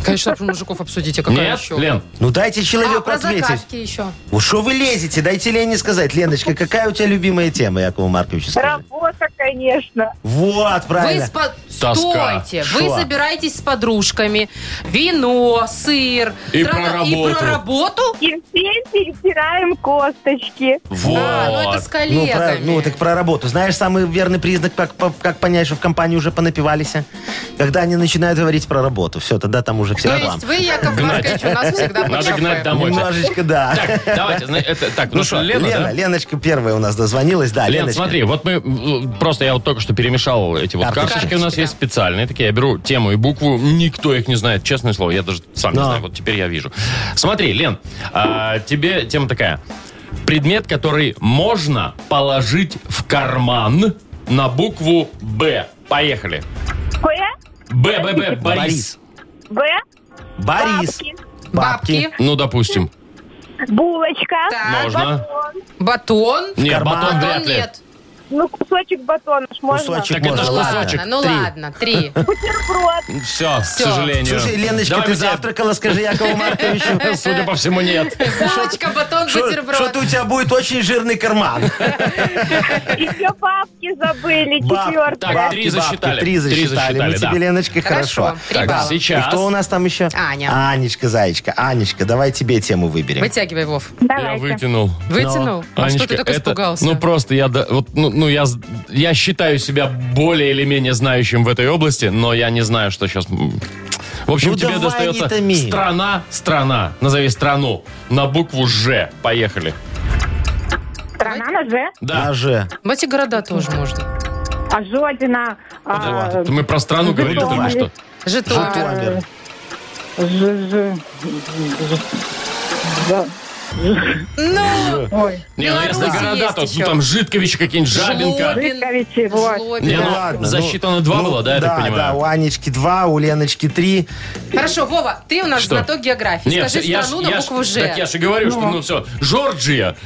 B: Конечно, про мужиков обсудите. Какая
C: Нет,
B: еще?
C: Лен,
D: Ну дайте
B: А,
D: человеку
B: про
D: ответить.
B: закатки еще.
D: Вот что вы лезете? Дайте Лене сказать. Леночка, какая у тебя любимая тема, Якову Марковичу скажи.
H: Работа, конечно.
D: Вот,
B: Вы
D: правильно.
B: с по-
C: Тоска.
B: стойте,
D: Шо?
B: вы собираетесь с подружками, вино, сыр,
C: И
B: тра-та-
C: про
B: и
C: работу.
B: про работу?
H: И все перетираем косточки.
C: вот.
B: А, ну это с
D: Ну, про,
B: коллегами.
D: ну, так про работу. Знаешь, самый верный признак, как, по- как понять, что в компании уже понапивались? а? Когда они начинают говорить про работу. Все, тогда там уже все
B: То
D: реклама.
B: есть вы, Яков
C: Гнать.
B: Маркович, у нас всегда под
C: Надо
B: шофе.
C: гнать домой.
D: Немножечко, да.
C: Так, давайте. зна- это- Так, ну что, Лена,
D: Лена
C: да?
D: Леночка первая у нас дозвонилась, да,
C: А, Лен,
D: Леночка.
C: смотри, вот мы м, просто я вот только что перемешал эти вот
D: Карточки.
C: карточки. У нас
B: Карточки,
C: есть
B: да.
C: специальные такие. Я беру тему и букву, никто их не знает, честное слово. Я даже сам не
D: Да.
C: знаю. Вот теперь я вижу. Смотри, Лен, а, тебе тема такая: предмет, который можно положить в карман на букву Б. Поехали.
H: П,
C: Б, Б, Б, Борис.
D: Борис.
H: Б,
D: Борис.
H: бабки,
B: Бабки.
C: Ну, допустим.
H: булочка,
B: Так.
C: Можно.
H: батон.
B: Батон?
C: Нет,
D: карман.
C: батон
B: Батон
C: вряд ли.
B: нет.
H: Ну, кусочек батона ж можно.
D: Кусочек
C: Так это
D: можно.
C: ж
D: ладно.
C: кусочек.
B: Ладно, ну
D: Три.
B: ладно, три.
H: Бутерброд.
C: Все, к
B: Всё.
C: сожалению.
D: Слушай, Леночка,
C: Давай
D: ты
C: мы тебе-
D: завтракала, скажи Якову Марковичу.
C: Судя по всему, нет.
B: Булочка, батон,
D: Что-то у
B: бутерброд.
D: тебя будет очень жирный карман.
H: Еще бабки забыли.
D: Баб-
C: Так,
H: Четвертое.
C: три засчитали.
D: Три
C: Три
D: засчитали.
C: засчитали,
D: Мы
C: да.
D: тебе, Леночка, хорошо.
B: Хорошо. Три
C: Так,
B: балла.
C: сейчас.
D: И кто у нас там еще?
B: Аня.
D: Анечка, зайчка. Анечка, давай тебе тему выберем.
B: Вытягивай, Вов.
C: Я
H: Давайте.
C: вытянул.
B: Вытянул? А что
C: Анечка,
B: ты так
C: это-
B: испугался?
C: Ну просто я да- вот, ну, ну, я з- я считаю себя более или менее знающим в этой области, но я не знаю, что сейчас. В общем,
D: Ну,
C: тебе
D: давай,
C: достается
D: не томи.
C: страна, страна. Назови страну на букву Ж. Поехали.
H: Страна на Ж.
C: Да.
D: Ноже.
B: В эти города тоже можно.
H: Ожодина. а,
C: Это мы про
D: Ну,
C: страну говорили
H: Житомир.
C: только что.
B: Житомир.
D: Житомир.
H: Ж- Ж-
B: Ну,
H: Ой,
C: Не, ну если
B: Беларусь
C: города,
B: есть
C: то
B: еще.
C: ну, там Житкович какие-нибудь, Жабинка.
B: Жлобин.
H: Житковичи, вот.
C: Не,
B: Жлобин.
C: ну, засчитано два было, да, я так
D: ну, Да,
C: понимаю?
D: у Анечки два, у Леночки три.
B: Хорошо, Вова, ты у нас
C: Что?
B: знаток географии.
C: Нет,
B: Скажи
C: я ж-
B: страну на
C: я ж-
B: букву
C: Так я
B: Ж.
C: же говорю, что ну все, Жорджия.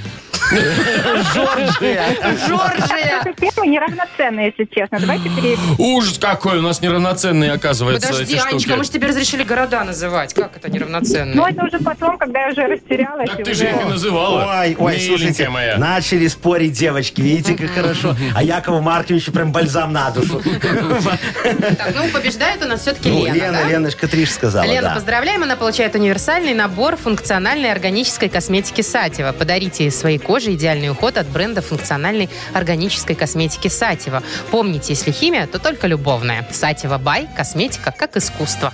B: Жоржия.
H: Это темы неравноценные, если честно. Давайте перейдем.
C: Ужас какой, у нас неравноценные, оказывается,
B: Подожди,
C: эти
B: Анечка,
C: штуки.
B: мы же тебе разрешили города называть. Как это
H: Но
B: неравноценно?
H: это уже потом, когда я уже растерялась.
C: Так
H: и
C: ты
H: уже-
C: же их и называла.
D: Ой, ой,
C: Миленькая
D: слушайте,
C: моя.
D: начали спорить девочки, видите, как хорошо. А Якову Марковичу прям бальзам на душу.
B: Так, ну побеждает у нас все-таки
D: Ну,
B: Лена, да?
D: Лена, Леночка три ж сказала,
B: Лена,
D: да.
B: поздравляем. Она получает универсальный набор функциональной органической косметики Сатева. Подарите своей коже идеальный уход от бренда функциональной органической косметики Сатева. Помните, если химия, то только любовная. Сатева Бай. Косметика как искусство.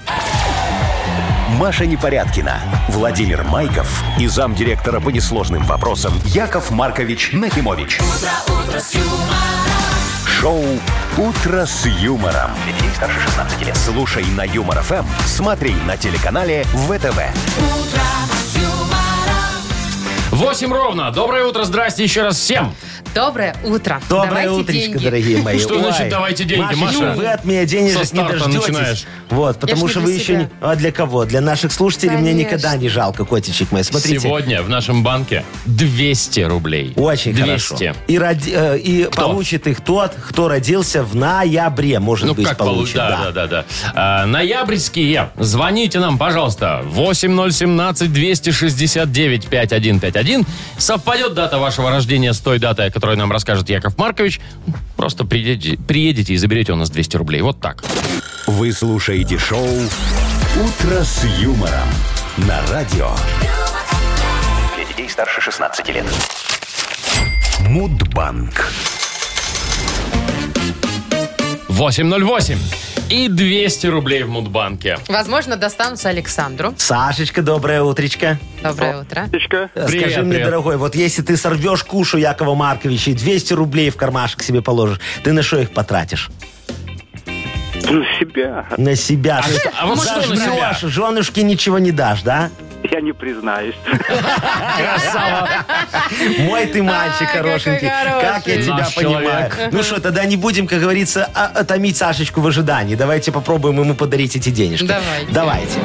A: Маша Непорядкина, Владимир Майков и замдиректора по несложным вопросам Яков Маркович Нахимович. Шоу Утро с юмором. Детей старше 16 лет. Слушай на юмор ФМ, смотри на телеканале ВТВ.
C: 8 ровно. Доброе утро, здрасте еще раз всем.
B: Доброе утро.
D: Доброе
B: Давайте
D: утречко,
B: деньги.
D: дорогие мои.
C: Что значит «давайте деньги», Маша?
D: ну, вы от меня
C: Со
D: денежек не
C: старта
D: дождетесь.
C: начинаешь.
D: Вот, потому
B: ж не
D: что
B: для
D: вы
B: себя.
D: еще не... А для кого? Для наших слушателей мне
B: Конечно.
D: никогда не жалко, котичек мой. Смотрите.
C: Сегодня в нашем банке 200 рублей.
D: Очень
C: 200.
D: хорошо. И, роди- э, и получит их тот, кто родился в ноябре, может
C: Ну,
D: быть,
C: как получ-
D: получит.
C: Да, да, да. да. А, ноябрьские. Звоните нам, пожалуйста. 8017-269-5151. Совпадет дата вашего рождения с той датой, о которой нам расскажет Яков Маркович. Просто приедете, приедете и заберете у нас 200 рублей. Вот так.
A: Вы слушаете шоу Утро с юмором на радио
E: Для детей старше 16 лет.
A: Мудбанк.
C: 808. И 200 рублей в Мудбанке.
B: Возможно, достанутся Александру.
D: Сашечка, доброе утречко.
B: Доброе утро.
F: Птичка.
D: Э,
C: Привет,
D: Скажи мне,
C: привет.
D: дорогой, вот если ты сорвешь кушу Якова Марковича и 200 рублей в кармашек себе положишь, ты на что их потратишь?
F: Ну, себя.
D: На себя. Ты
C: А вот что на себя?
D: Зажмешь, женушке ничего не дашь, да?
F: Я не признаюсь.
D: Мой ты
B: А,
D: мальчик
B: какой
D: хорошенький. Как я
B: хороший.
D: тебя
C: Наш
D: понимаю.
C: человек.
D: Ну что, тогда не будем, как говорится, а- томить Сашечку в ожидании. Давайте попробуем ему подарить эти денежки.
B: Давайте.
D: Давайте.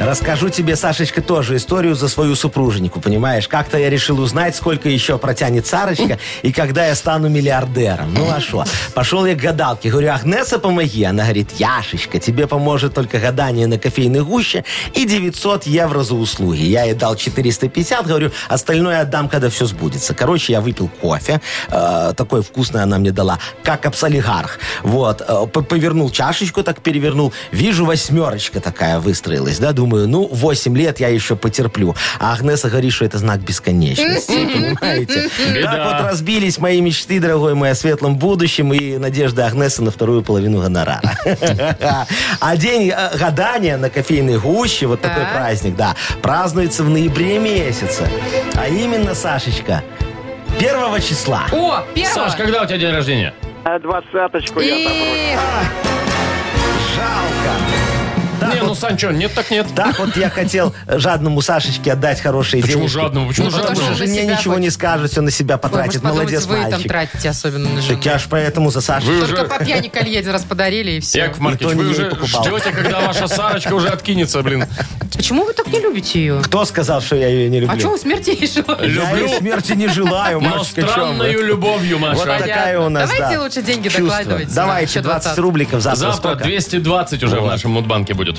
D: Расскажу тебе, Сашечка, тоже историю за свою супруженику, понимаешь? Как-то я решил узнать, сколько еще протянет Сарочка и когда я стану миллиардером. Ну а что? Пошел я к гадалке, говорю, Агнеса, помоги. Она говорит, Яшечка, тебе поможет только гадание на кофейной гуще и 900 евро за услуги. Я ей дал 450, говорю, остальное отдам, когда все сбудется. Короче, я выпил кофе, э, такой вкусный она мне дала, как абсолигарх. Вот, э, п- повернул чашечку, так перевернул, вижу восьмерочка такая выстроилась, да, думаю, ну, 8 лет я еще потерплю. А Агнеса говорит, что это знак бесконечности, понимаете?
C: Беда.
D: Так вот разбились мои мечты, дорогой мой, о светлом будущем и надежда Агнеса на вторую половину гонорара. А день э, гадания на кофейной гуще, вот такой
B: Так.
D: праздник, да, празднуется в ноябре месяце. А именно, Сашечка, первого числа.
B: О, первого.
C: Саш, когда у тебя день рождения?
F: А двадцаточку я там
B: И-
D: Жалко.
C: Не, ну, Санчо, нет так нет.
D: Так вот я хотел жадному Сашечке отдать хорошие
C: Почему
D: денежки.
C: жадному? Почему
D: Ну, потому
C: жадному?
D: что
B: На
D: жене
B: себя
D: ничего
B: хочет.
D: не скажет, все на себя
B: Ой, может,
D: потратит.
B: подумать,
D: Молодец,
B: вы там
D: мальчик.
B: тратите особенно на жену.
D: Так я ж поэтому за
C: Вы
D: Сашечку.
C: уже-
B: Только по пьяни колье один раз подарили, и все.
C: Яков Маркович,
D: Никто
C: вы
D: не
C: уже
D: покупал.
C: ждете, когда ваша Сарочка уже откинется, блин.
B: Почему вы так не любите ее?
D: Кто сказал, что я ее не люблю?
B: А что вы смерти не желаете?
D: Я
C: Люблю.
D: ей смерти не желаю,
C: Но
D: Машечка, чё
C: странною
D: вы.
C: любовью,
D: Вот
C: Маша.
B: Понятно.
D: такая у нас,
B: Давайте
D: да,
B: лучше деньги
D: чувство.
B: докладывайте.
D: Давайте
B: Еще
D: 20
B: 20.
D: рубликов завтра.
C: Завтра
D: сколько?
C: 220 уже в нашем мудбанке будет.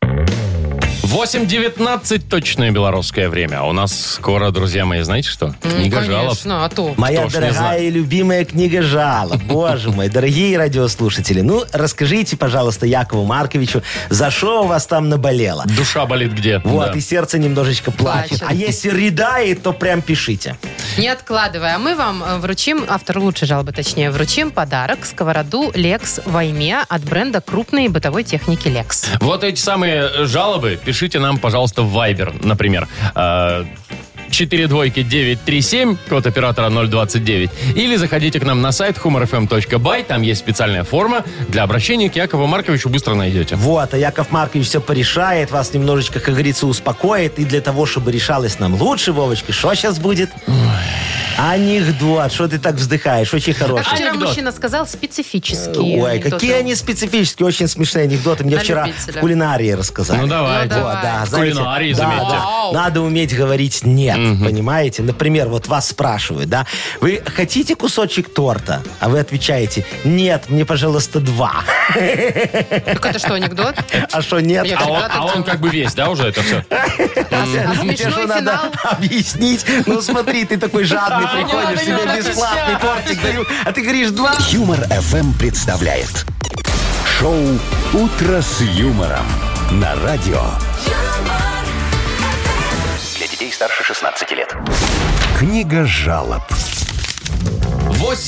C: 8.19 точное белорусское время. А У нас скоро, друзья мои, знаете что? Книга жалоб.
B: Конечно, а то.
D: Моя
C: Кто ж не
D: дорогая
C: знает.
D: и любимая книга жалоб. Боже мой, дорогие радиослушатели, ну расскажите, пожалуйста, Якову Марковичу, за что у вас там наболело?
C: Душа болит где?
D: Вот,
C: Да.
D: и сердце немножечко плачет.
B: Плачет.
D: А если рыдает, то прям пишите.
B: Не откладывая, мы вам э, вручим, автор лучшей жалобы точнее, вручим подарок сковороду Lex Вайме от бренда крупной бытовой техники Lex.
C: Вот эти самые э, жалобы пишите нам, пожалуйста, в Viber, например. Э, 4 двойки 937, код оператора 029. Или заходите к нам на сайт humorfm.by, там есть специальная форма для обращения к Якову Марковичу, быстро найдете.
D: Вот, а Яков Маркович все порешает, вас немножечко, как говорится, успокоит. И для того, чтобы решалось нам лучше, Вовочка, что сейчас будет? Анекдот. Что ты так вздыхаешь? Очень
B: Как
D: хороший.
B: вчера
C: Анекдот.
B: мужчина сказал, специфические.
D: Э, Ой,
B: анекдоты.
D: какие они специфические, очень смешные анекдоты. Мне
B: На
D: вчера
B: любителя.
D: в кулинарии рассказали.
C: Ну давайте.
B: Ну,
D: Вот, да,
C: В
D: знаете,
C: кулинарии,
D: да,
C: заметьте.
D: да.
B: Вау.
D: Надо уметь говорить нет, понимаете? Например, вот вас спрашивают, да, вы хотите кусочек торта? А вы отвечаете, нет, мне, пожалуйста, два.
B: Так это что, анекдот?
D: А что нет?
B: Я
C: А он,
B: всегда так
C: а он
B: делаю.
C: как бы весь, да, уже это все?
B: А
D: Мне
B: смешной
D: же надо
B: финал?
D: объяснить. Ну смотри, ты такой жадный приходишь,
C: надо, не
D: тебе
C: надо,
D: бесплатный тортик даю, а ты говоришь два.
A: Юмор FM представляет шоу Утро с юмором на радио.
E: Для детей старше 16 лет.
A: Книга жалоб.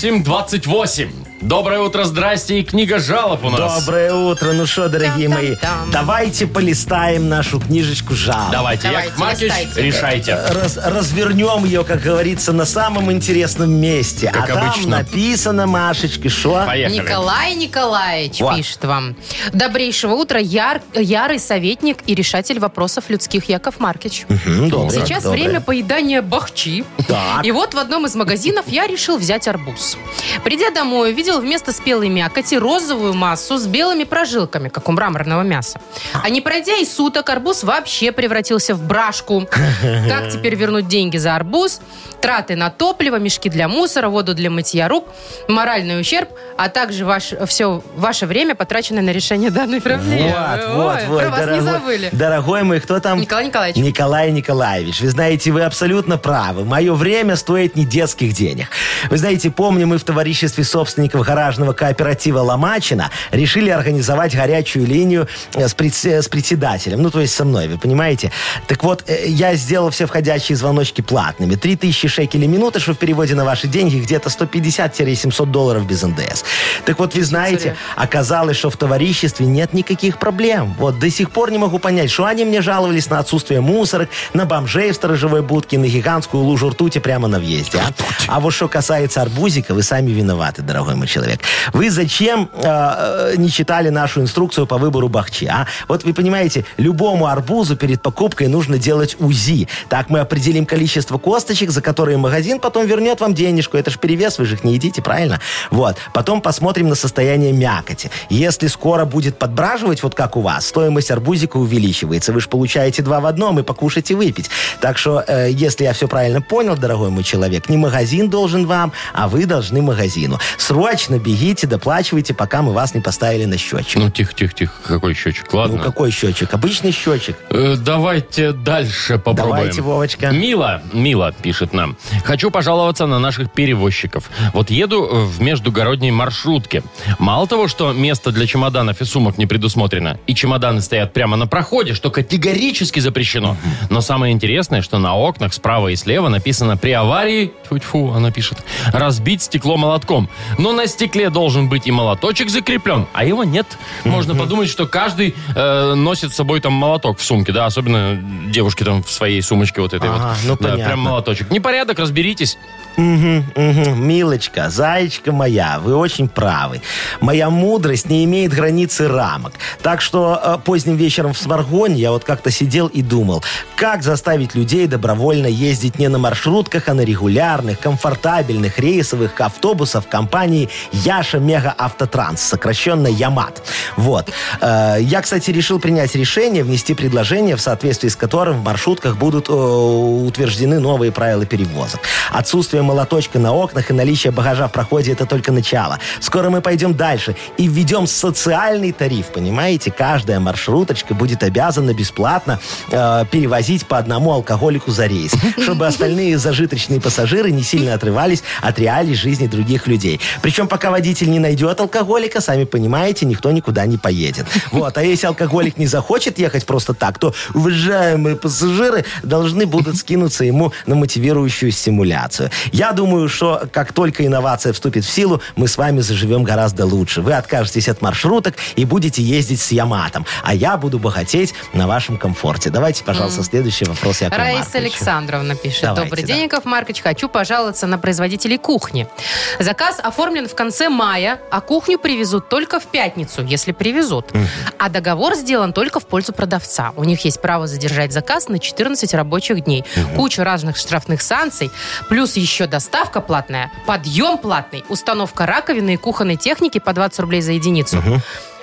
C: 8.28. Доброе утро, здрасте, и книга жалоб у нас.
D: Доброе утро. Ну что, дорогие мои,
B: Там-там-там.
D: давайте полистаем нашу книжечку жалоб.
C: Давайте,
B: Давайте,
C: Яков Маркович,
B: листайте.
C: решайте.
D: Раз- развернем ее, как говорится, на самом интересном месте.
C: Как
D: а
C: обычно.
D: там написано, Машечки, что?
C: Поехали.
B: Николай Николаевич
D: Вот.
B: пишет вам. Добрейшего утра, яр- ярый советник и решатель вопросов людских Яков Маркич. Сейчас время поедания бахчи.
D: Так.
B: И вот в одном из магазинов я решил взять арбуз. Придя домой, увидел вместо спелой мякоти розовую массу с белыми прожилками, как у мраморного мяса. А не пройдя и суток, арбуз вообще превратился в брашку. Как теперь вернуть деньги за арбуз? Траты на топливо, мешки для мусора, воду для мытья рук, моральный ущерб, а также ваш, все ваше время, потраченное на решение данной проблемы.
D: Вот,
B: Ой,
D: вот, вот,
B: про вас не
D: дорогой,
B: забыли.
D: дорогой мой, кто там?
B: Николай Николаевич.
D: Николай Николаевич, вы знаете, вы абсолютно правы. Мое время стоит не детских денег. Вы знаете, помню, мы в товариществе собственников гаражного кооператива Ломачина решили организовать горячую линию э, с, пред- э, с председателем. Ну, то есть со мной, вы понимаете? Так вот, э, я сделал все входящие звоночки платными. 3000 шекелей минуты, что в переводе на ваши деньги где-то 150-700 долларов без НДС. Так вот, вы знаете, оказалось, что в товариществе нет никаких проблем. Вот до сих пор не могу понять, что они мне жаловались на отсутствие мусорок, на бомжей в сторожевой будке, на гигантскую лужу ртути прямо на въезде. а? А, вот что касается арбузика, вы сами виноваты, дорогой мой человек. Вы зачем э, э, не читали нашу инструкцию по выбору бахчи? А? Вот вы понимаете, любому арбузу перед покупкой нужно делать УЗИ. Так мы определим количество косточек, за которые магазин потом вернет вам денежку. Это же перевес, вы же их не едите, правильно? Вот. Потом посмотрим на состояние мякоти. Если скоро будет подбраживать, вот как у вас, стоимость арбузика увеличивается. Вы же получаете два в одном и покушать и выпить. Так что, э, если я все правильно понял, дорогой мой человек, не магазин должен вам, а вы должны магазину. Срочно бегите, доплачивайте, пока мы вас не поставили на счетчик.
C: Ну, тихо, тихо, тихо. Какой счетчик? Ладно.
D: Ну, какой счетчик? Обычный счетчик.
C: Э, Давайте дальше попробуем.
D: Давайте, Вовочка.
C: Мила, Мила пишет нам. Хочу пожаловаться на наших перевозчиков. Вот еду э, в междугородней маршрутке. Мало того, что место для чемоданов и сумок не предусмотрено, и чемоданы стоят прямо на проходе, что категорически запрещено. Но самое интересное, что на окнах справа и слева написано «При аварии...» Тьфу-тьфу, она пишет. «Разбить стекло молотком». Но на на стекле должен быть и молоточек закреплен, а его нет. Можно подумать, что каждый э, носит с собой там молоток в сумке, да, особенно девушки там в своей сумочке вот этой
D: Ага,
C: вот.
D: ну
C: Да,
D: понятно.
C: прям молоточек. Непорядок, разберитесь.
D: Мгм, мгм. Милочка, зайчка моя, вы очень правы. Моя мудрость не имеет границы рамок. Так что э, поздним вечером в Сморгоне я вот как-то сидел и думал, как заставить людей добровольно ездить не на маршрутках, а на регулярных, комфортабельных рейсовых автобусов компании Яша Мега Автотранс, сокращенно Ямат. Вот. Э, Я, кстати, решил принять решение внести предложение, в соответствии с которым в маршрутках будут э, утверждены новые правила перевозок. Отсутствие молоточка на окнах и наличие багажа в проходе – это только начало. Скоро мы пойдем дальше и введем социальный тариф, понимаете? Каждая маршруточка будет обязана бесплатно э, перевозить по одному алкоголику за рейс, чтобы остальные зажиточные пассажиры не сильно отрывались от реалий жизни других людей. Причем пока водитель не найдет алкоголика, сами понимаете, никто никуда не поедет. Вот. А если алкоголик не захочет ехать просто так, то уважаемые пассажиры должны будут скинуться ему на мотивирующую стимуляцию. Я думаю, что как только инновация вступит в силу, мы с вами заживем гораздо лучше. Вы откажетесь от маршруток и будете ездить с Яматом. А я буду богатеть на вашем комфорте. Давайте, пожалуйста, следующий вопрос я
B: Раиса Александровна пишет.
D: Давайте,
B: Добрый
D: да.
B: день, Яков Маркович. Хочу пожаловаться на производителей кухни. Заказ оформлен в конце мая, а кухню привезут только в пятницу, если привезут. А договор сделан только в пользу продавца. У них есть право задержать заказ на 14 рабочих дней. Куча разных штрафных санкций, плюс еще доставка платная, подъем платный, установка раковины и кухонной техники по 20 рублей за единицу.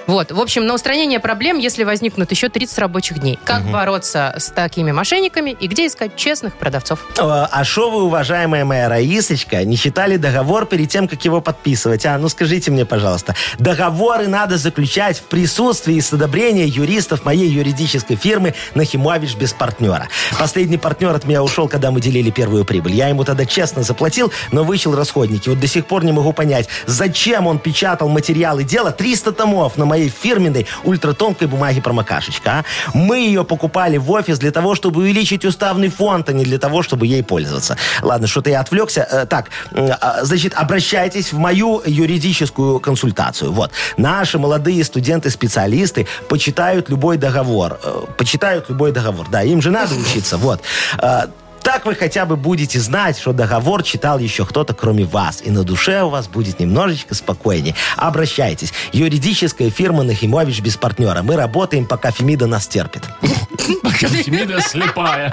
B: Вот, в общем, на устранение проблем, если возникнут еще 30 рабочих дней. Как бороться с такими мошенниками и где искать честных продавцов?
D: Э, А что вы, уважаемая моя Раисочка, не читали договор перед тем, как его подписывать? А, ну скажите мне, пожалуйста, договоры надо заключать в присутствии и с одобрения юристов моей юридической фирмы Нахимович без партнера. Последний партнер от меня ушел, когда мы делили первую прибыль. Я ему тогда честно заплатил, но вычел расходники. Вот до сих пор не могу понять, зачем он печатал материалы дела 300 томов на моей фирменной ультратонкой бумаге промокашечка. а? Мы ее покупали в офис для того, чтобы увеличить уставный фонд, а не для того, чтобы ей пользоваться. Ладно, что-то я отвлекся. Э, Так, м, а, значит, обращайтесь в мою юридическую консультацию. Вот. Наши молодые студенты-специалисты почитают любой договор. Э, Почитают любой договор. Да, им же надо учиться. Вот. Э, Так вы хотя бы будете знать, что договор читал еще кто-то, кроме вас. И на душе у вас будет немножечко спокойнее. Обращайтесь. Юридическая фирма Нахимович без партнера. Мы работаем, пока Фемида нас терпит.
C: Пока Фемида слепая.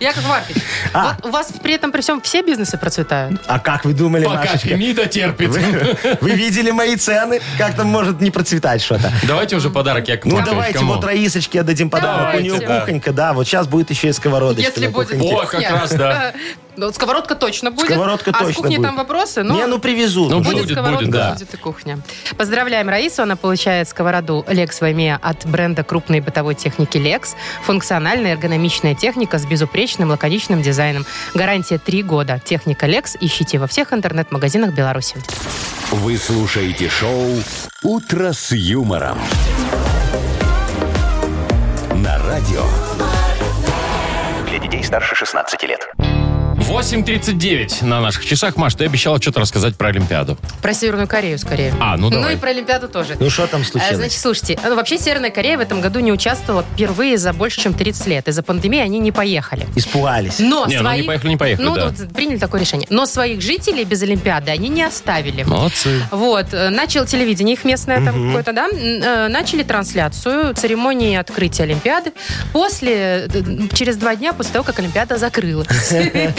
B: Яков Маркович,
D: А.
B: вот у вас при этом при всем все бизнесы процветают?
D: А как вы думали,
C: Пока
D: Машечка?
C: Фемида терпит.
D: Вы видели мои цены? Как там может не процветать что-то?
C: Давайте уже подарок, Яков
D: Ну,
C: Маркович,
D: давайте
C: кому?
D: вот Раисочке отдадим подарок. У нее
B: Давайте.
D: кухонька, да. Вот сейчас будет еще и сковородочка.
B: Если
D: на
B: будет
D: кухоньке.
C: О, как
B: кухня.
C: раз, да.
B: Ну, сковородка точно будет.
D: Сковородка
B: а
D: точно
B: с кухней
D: будет.
B: там вопросы?
D: Не, ну привезу.
C: Ну,
B: Будет,
C: Будет,
B: сковородка,
C: будет, да.
B: будет и кухня. Поздравляем Раису. Она получает сковороду Lex Vamea от бренда крупной бытовой техники Lex. Функциональная эргономичная техника с безупречным лаконичным дизайном. Гарантия 3 года. Техника Lex ищите во всех интернет-магазинах Беларуси.
A: Вы слушаете шоу «Утро с юмором». На радио.
E: Для детей старше 16 лет.
C: 8.39 на наших часах. Маш, ты обещала что-то рассказать про Олимпиаду.
B: Про Северную Корею скорее.
C: А, ну давай.
B: и про Олимпиаду тоже.
D: Ну, что там
B: Э,
D: случилось?
B: Значит, слушайте, ну, вообще Северная Корея в этом году не участвовала впервые за больше, чем 30 лет. Из-за пандемии они не поехали.
D: Испугались.
C: Не,
B: Но
C: ну, не
B: своих...
C: поехали, не поехали,
B: Ну,
C: да.
B: вот приняли такое решение. Но своих жителей без Олимпиады они не оставили.
C: Молодцы.
B: Вот, э, начал телевидение их местное там какое-то, да, м, э, начали трансляцию церемонии открытия Олимпиады. После, э, м, через два дня после того, как Олимпиада закрылась.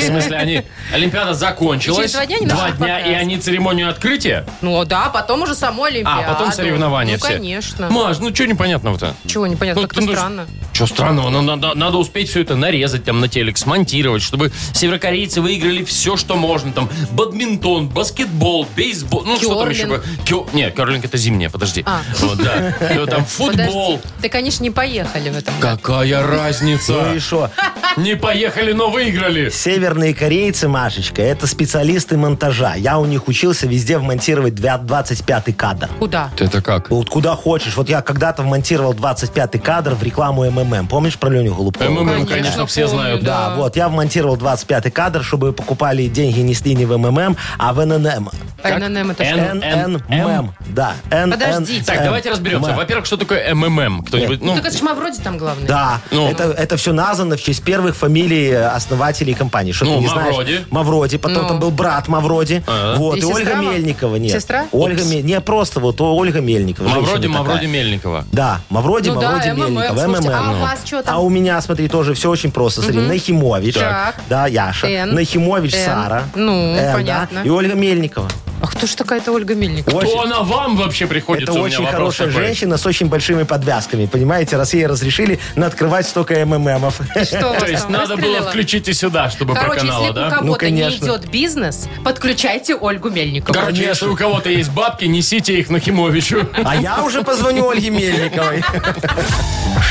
C: В смысле, они... Олимпиада закончилась.
B: Через два дня они
C: Два
B: начнут
C: дня, и
B: показывать.
C: они церемонию открытия.
B: Ну да, потом уже саму
C: А,
B: Олимпиаду.
C: потом соревнования
B: Ну,
C: все.
B: конечно.
C: Маш, ну что непонятного-то?
B: Чего
C: Ну,
B: непонятно, как-то странно.
C: Что странного? Ну, надо, надо успеть все это нарезать там на телек, смонтировать, чтобы северокорейцы выиграли все, что можно. Там бадминтон, баскетбол, бейсбол. Ну, что там еще?
B: Кёрлинг.
C: Кё- Не, керлинг это зимняя, подожди.
B: А.
C: Вот, да. Э, Там футбол.
B: Подожди, Так они ж не поехали в этом году.
C: Какая
D: Ну
C: разница?
D: и что?
C: Не поехали, но выиграли.
D: северные корейцы, Машечка, это специалисты монтажа. Я у них учился везде вмонтировать двя- 25-й кадр.
B: Куда?
C: Это как?
D: Вот куда хочешь. Вот я когда-то вмонтировал 25-й кадр в рекламу МММ. Помнишь про Леню Голубкову?
C: МММ, конечно, все
B: помню,
C: знают.
D: Да, вот, я вмонтировал 25-й кадр, чтобы покупали и деньги несли не в МММ, а в ННМ.
C: Как?
B: NNM это что?
C: Н-
D: ННМ. Да. ННМ.
B: Подождите.
C: Так, давайте разберемся. Во-первых, что такое МММ? Кто-нибудь, ну,
B: Ну, так это ж Мавроди там главный.
D: Да,
C: Ну.
D: это, это все названо в честь первых фамилий э, основателей компании. Что
C: Ну,
D: ты не
C: Мавроди.
D: знаешь? Мавроди. Потом
B: Ну.
D: там был брат Мавроди. Вот,
B: И
D: и,
B: сестра
D: Ольга
B: Мав-
D: Мельникова. Нет.
B: Сестра?
D: Ольга Мельникова. Не, просто вот о, Ольга Мельникова. женщина
C: Мавроди,
D: такая.
C: Мавроди Мельникова.
D: Да, Мавроди,
B: Ну да,
D: Мавроди,
B: МММ,
D: Мельников,
B: слушайте,
D: МММ.
B: а у вас чё там?
D: А у меня, смотри, тоже все очень просто. Смотри, Нахимович,
B: Так.
D: да, Яша,
B: Н.
D: Нахимович,
B: Н.
D: Сара,
B: Ну,
D: да,
B: понятно.
D: и Ольга Мельникова.
B: А кто ж такая-то Ольга Мельникова?
D: Очень-
C: Кто она вам вообще приходится?
D: это
C: У меня
D: очень
C: вопрос
D: хорошая
C: такой.
D: женщина с очень большими подвязками, понимаете, раз ей разрешили открывать столько МММов.
B: Что у вас
C: То есть
B: там,
C: надо было
B: выстрелила?
C: включить и сюда, чтобы
B: Короче,
C: проканало,
B: если у
C: да?
D: Ну,
B: кого-то не
D: конечно.
B: идет бизнес, подключайте Ольгу Мельникову.
C: Короче, если у кого-то есть бабки, несите их на Химовичу.
D: А я уже позвоню Ольге Мельниковой.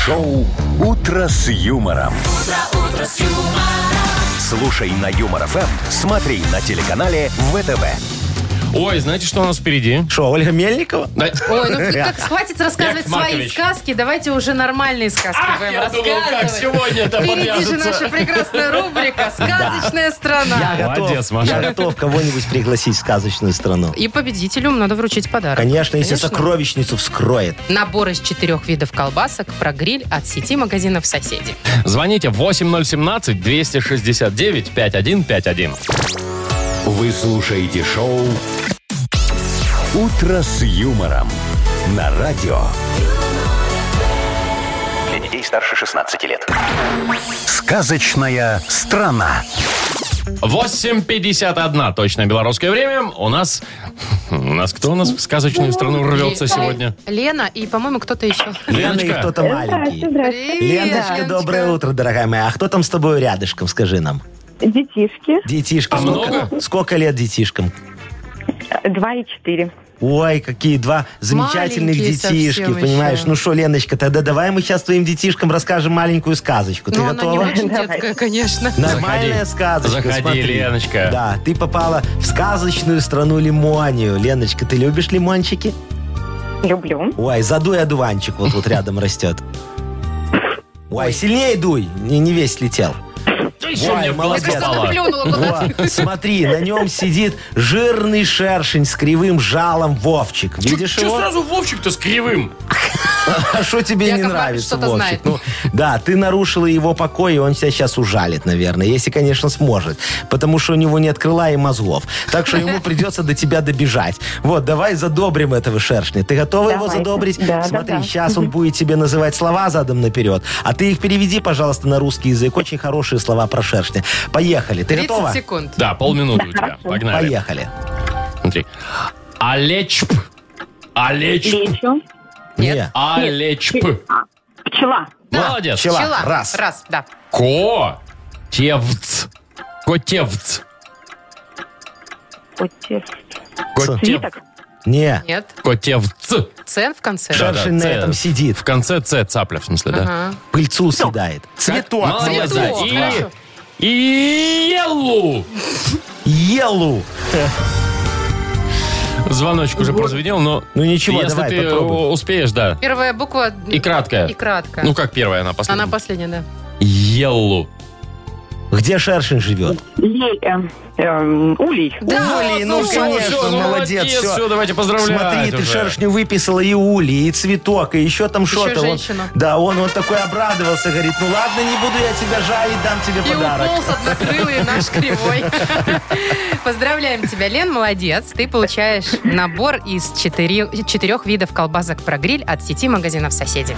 A: Шоу «Утро с юмором». Слушай на Юмор ФМ, смотри на телеканале ВТВ.
C: Ой, знаете, что у нас впереди?
D: Что, Ольга Мельникова?
C: Да.
B: Ой, ну так хватит рассказывать
C: Яков
B: свои
C: Маркович.
B: сказки, давайте уже нормальные сказки
C: Ах,
B: будем
C: я думал, как
B: рассказывать.
C: сегодня это
B: Впереди же
C: подвяжется.
B: наша прекрасная рубрика «Сказочная страна».
D: Я готов-
C: Молодец, Маша.
D: Я готов кого-нибудь пригласить в сказочную страну.
B: И победителю надо вручить подарок.
D: Конечно, если
B: Конечно.
D: сокровищницу вскроет.
B: Набор из четырех видов колбасок про гриль от сети магазинов «Соседи».
C: Звоните 8017-269-5151.
A: Вы слушаете шоу «Утро с юмором» на радио.
E: Для детей старше 16 лет.
A: Сказочная страна.
C: 8.51, точное белорусское время. У нас... У нас кто у нас в сказочную страну рвется
B: Ле-
C: сегодня?
B: Лена и, по-моему, кто-то еще.
D: Лена и
C: Леночка.
D: кто-то маленький.
B: Привет, Ну,
D: Леночка,
B: Леночка.
D: доброе утро, дорогая моя. А кто там с тобой рядышком, скажи нам?
H: Детишки
D: Детишки.
C: А
D: сколько,
C: много?
D: сколько лет детишкам?
H: 2 э, и 4.
D: Ой, какие два замечательных
B: Маленькие
D: детишки,
B: совсем
D: понимаешь?
B: еще.
D: Ну что, Леночка, тогда давай мы сейчас твоим детишкам расскажем маленькую сказочку. Ты
B: Ну, она не
D: готова?
B: очень детская, конечно.
D: Нормальная
C: Заходи.
D: сказочка,
C: Заходи,
D: смотри.
C: Леночка.
D: Да, ты попала в сказочную страну лимонию. Леночка, ты любишь лимончики?
H: Люблю.
D: Ой, задуй одуванчик, вот тут рядом растет. Ой, сильнее дуй, не, не весь летел.
C: Да еще мне в глаз
D: молодец.
B: Ты что-то
C: попало.
B: плюнула куда-то.
D: Во, смотри, на нем сидит жирный шершень с кривым жалом Вовчик. Видишь
C: Че
D: его?
C: сразу Вовчик-то с кривым?
D: А что тебе
B: Яков
D: не
B: Маркович
D: нравится,
B: что-то знает.
D: Вовчик? Ну, да, ты нарушила его покой, и он тебя сейчас ужалит, наверное, если, конечно, сможет. Потому что у него нет крыла и мозгов. Так что ему придется до тебя добежать. Вот, давай задобрим этого шершня. Ты готова его
H: Давайте.
D: задобрить?
H: Да, да,
D: Смотри,
H: да.
D: сейчас он будет тебе называть слова задом наперед, а ты их переведи, пожалуйста, на русский язык. Очень хорошие слова про шершня. Поехали. Ты
B: 30
D: готова?
B: секунд.
C: Да, полминуты у тебя. Погнали.
D: Поехали.
C: Смотри. Алечп. Алечп.
H: Лечу.
B: Нет.
D: Не.
C: Алечп.
H: Пчела.
C: Молодец.
D: Пчела.
B: Пчела.
D: Раз.
B: Раз, да.
C: Котевц. Котевц.
H: Отец.
C: Котев...
H: Свиток.
D: Не.
B: Нет.
C: Котевц.
B: Цен в конце.
C: Да.
D: Шершень на
C: Ц.
D: этом сидит.
C: В конце Ц цапля, в смысле, да?
B: Ага.
D: Пыльцу съедает. Цветок.
C: Молодец, да.
B: Цветок,
C: И...
B: хорошо.
C: и Елу.
D: Елу.
C: Звоночек уже прозвенел, но...
D: Ну ничего,
C: если
D: давай,
C: ты
D: попробуй.
C: э, успеешь, да.
B: Первая буква.
C: И краткая.
B: И краткая.
C: Ну как первая, она последняя.
B: Она последняя, да.
C: Елу.
D: Где шершень живет?
H: Лей, э, эм, улей.
B: Да,
D: Улей, ну,
B: ну,
D: конечно,
C: всё, ну,
D: молодец.
C: молодец,
D: всё.
C: всё, давайте поздравлять
D: Смотри, ты
C: уже.
D: шершню выписала и улей, и цветок, и еще там что-то. Он-
B: женщину.
D: да, он вот такой обрадовался, говорит, ну ладно, не буду я тебя жалить, дам тебе
B: И
D: подарок.
B: уполз однокрылый наш кривой. Поздравляем тебя, Лен, молодец. Ты получаешь набор из четыре- четырех видов колбасок про гриль от сети магазинов «Соседи».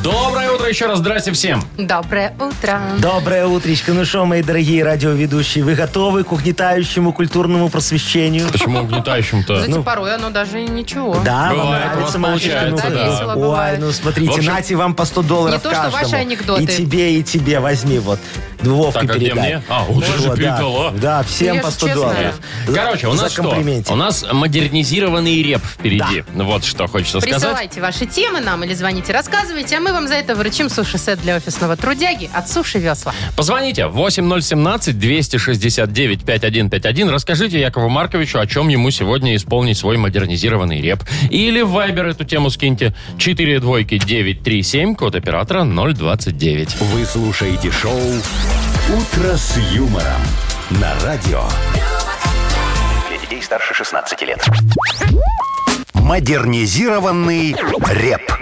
C: Доброе утро, утро еще раз. Здрасте всем.
B: Доброе утро.
D: Доброе утречко. Ну что, мои дорогие радиоведущие, вы готовы к угнетающему культурному просвещению?
C: Почему угнетающим-то?
B: Знаете, порой оно даже и ничего.
D: Да, вам
C: Бывает, Ну, у вас
D: нравится, Машечка?
C: получается,
D: Ну-ка.
C: да.
B: Весело
D: Ой,
B: бывает.
D: ну смотрите,
C: В общем,
D: нате вам по 100 долларов
B: не то, что ваши
D: каждому.
B: анекдоты.
D: И тебе, и тебе возьми, вот. Вовке
C: Так, а где
D: передай.
C: мне? А, вот ты же
D: да,
C: передала.
D: Да, всем
B: Ну, я
D: по
B: же
D: 100
B: честная.
D: долларов. За-
C: Э, Короче, у нас
D: за
C: что?
D: комплиментик.
C: У нас модернизированный реп впереди. Вот что хочется сказать.
B: Присылайте ваши темы нам или звоните, рассказывайте, а мы вам за это вручим суши-сет для офисного трудяги от Суши Весла.
C: Позвоните 8017-269-5151. Расскажите Якову Марковичу, о чем ему сегодня исполнить свой модернизированный реп. Или в Viber эту тему скиньте. 4 двойки 937, код оператора 029.
A: Вы слушаете шоу «Утро с юмором» на радио.
E: Для детей старше 16 лет.
A: Модернизированный реп.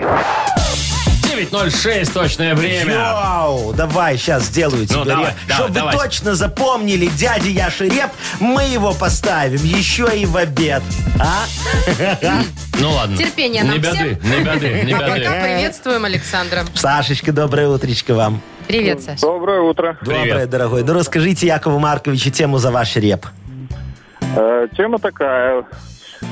C: 906, точное время. Ну,
D: Вау, давай, сейчас сделаю тебе
C: давай,
D: реп.
C: давай,
D: Чтобы
C: давай.
D: вы точно запомнили дядя Яша реп, мы его поставим еще и в обед. А?
C: Ну ладно.
B: Терпение нам
C: Не беды, не беды, не
B: А пока
C: беды.
B: приветствуем Александра.
D: Сашечка, доброе утречко вам.
B: Привет, Саш.
F: Доброе утро.
C: Привет.
D: Доброе, дорогой. Ну расскажите Якову Марковичу тему за ваш реп.
F: Э, тема такая.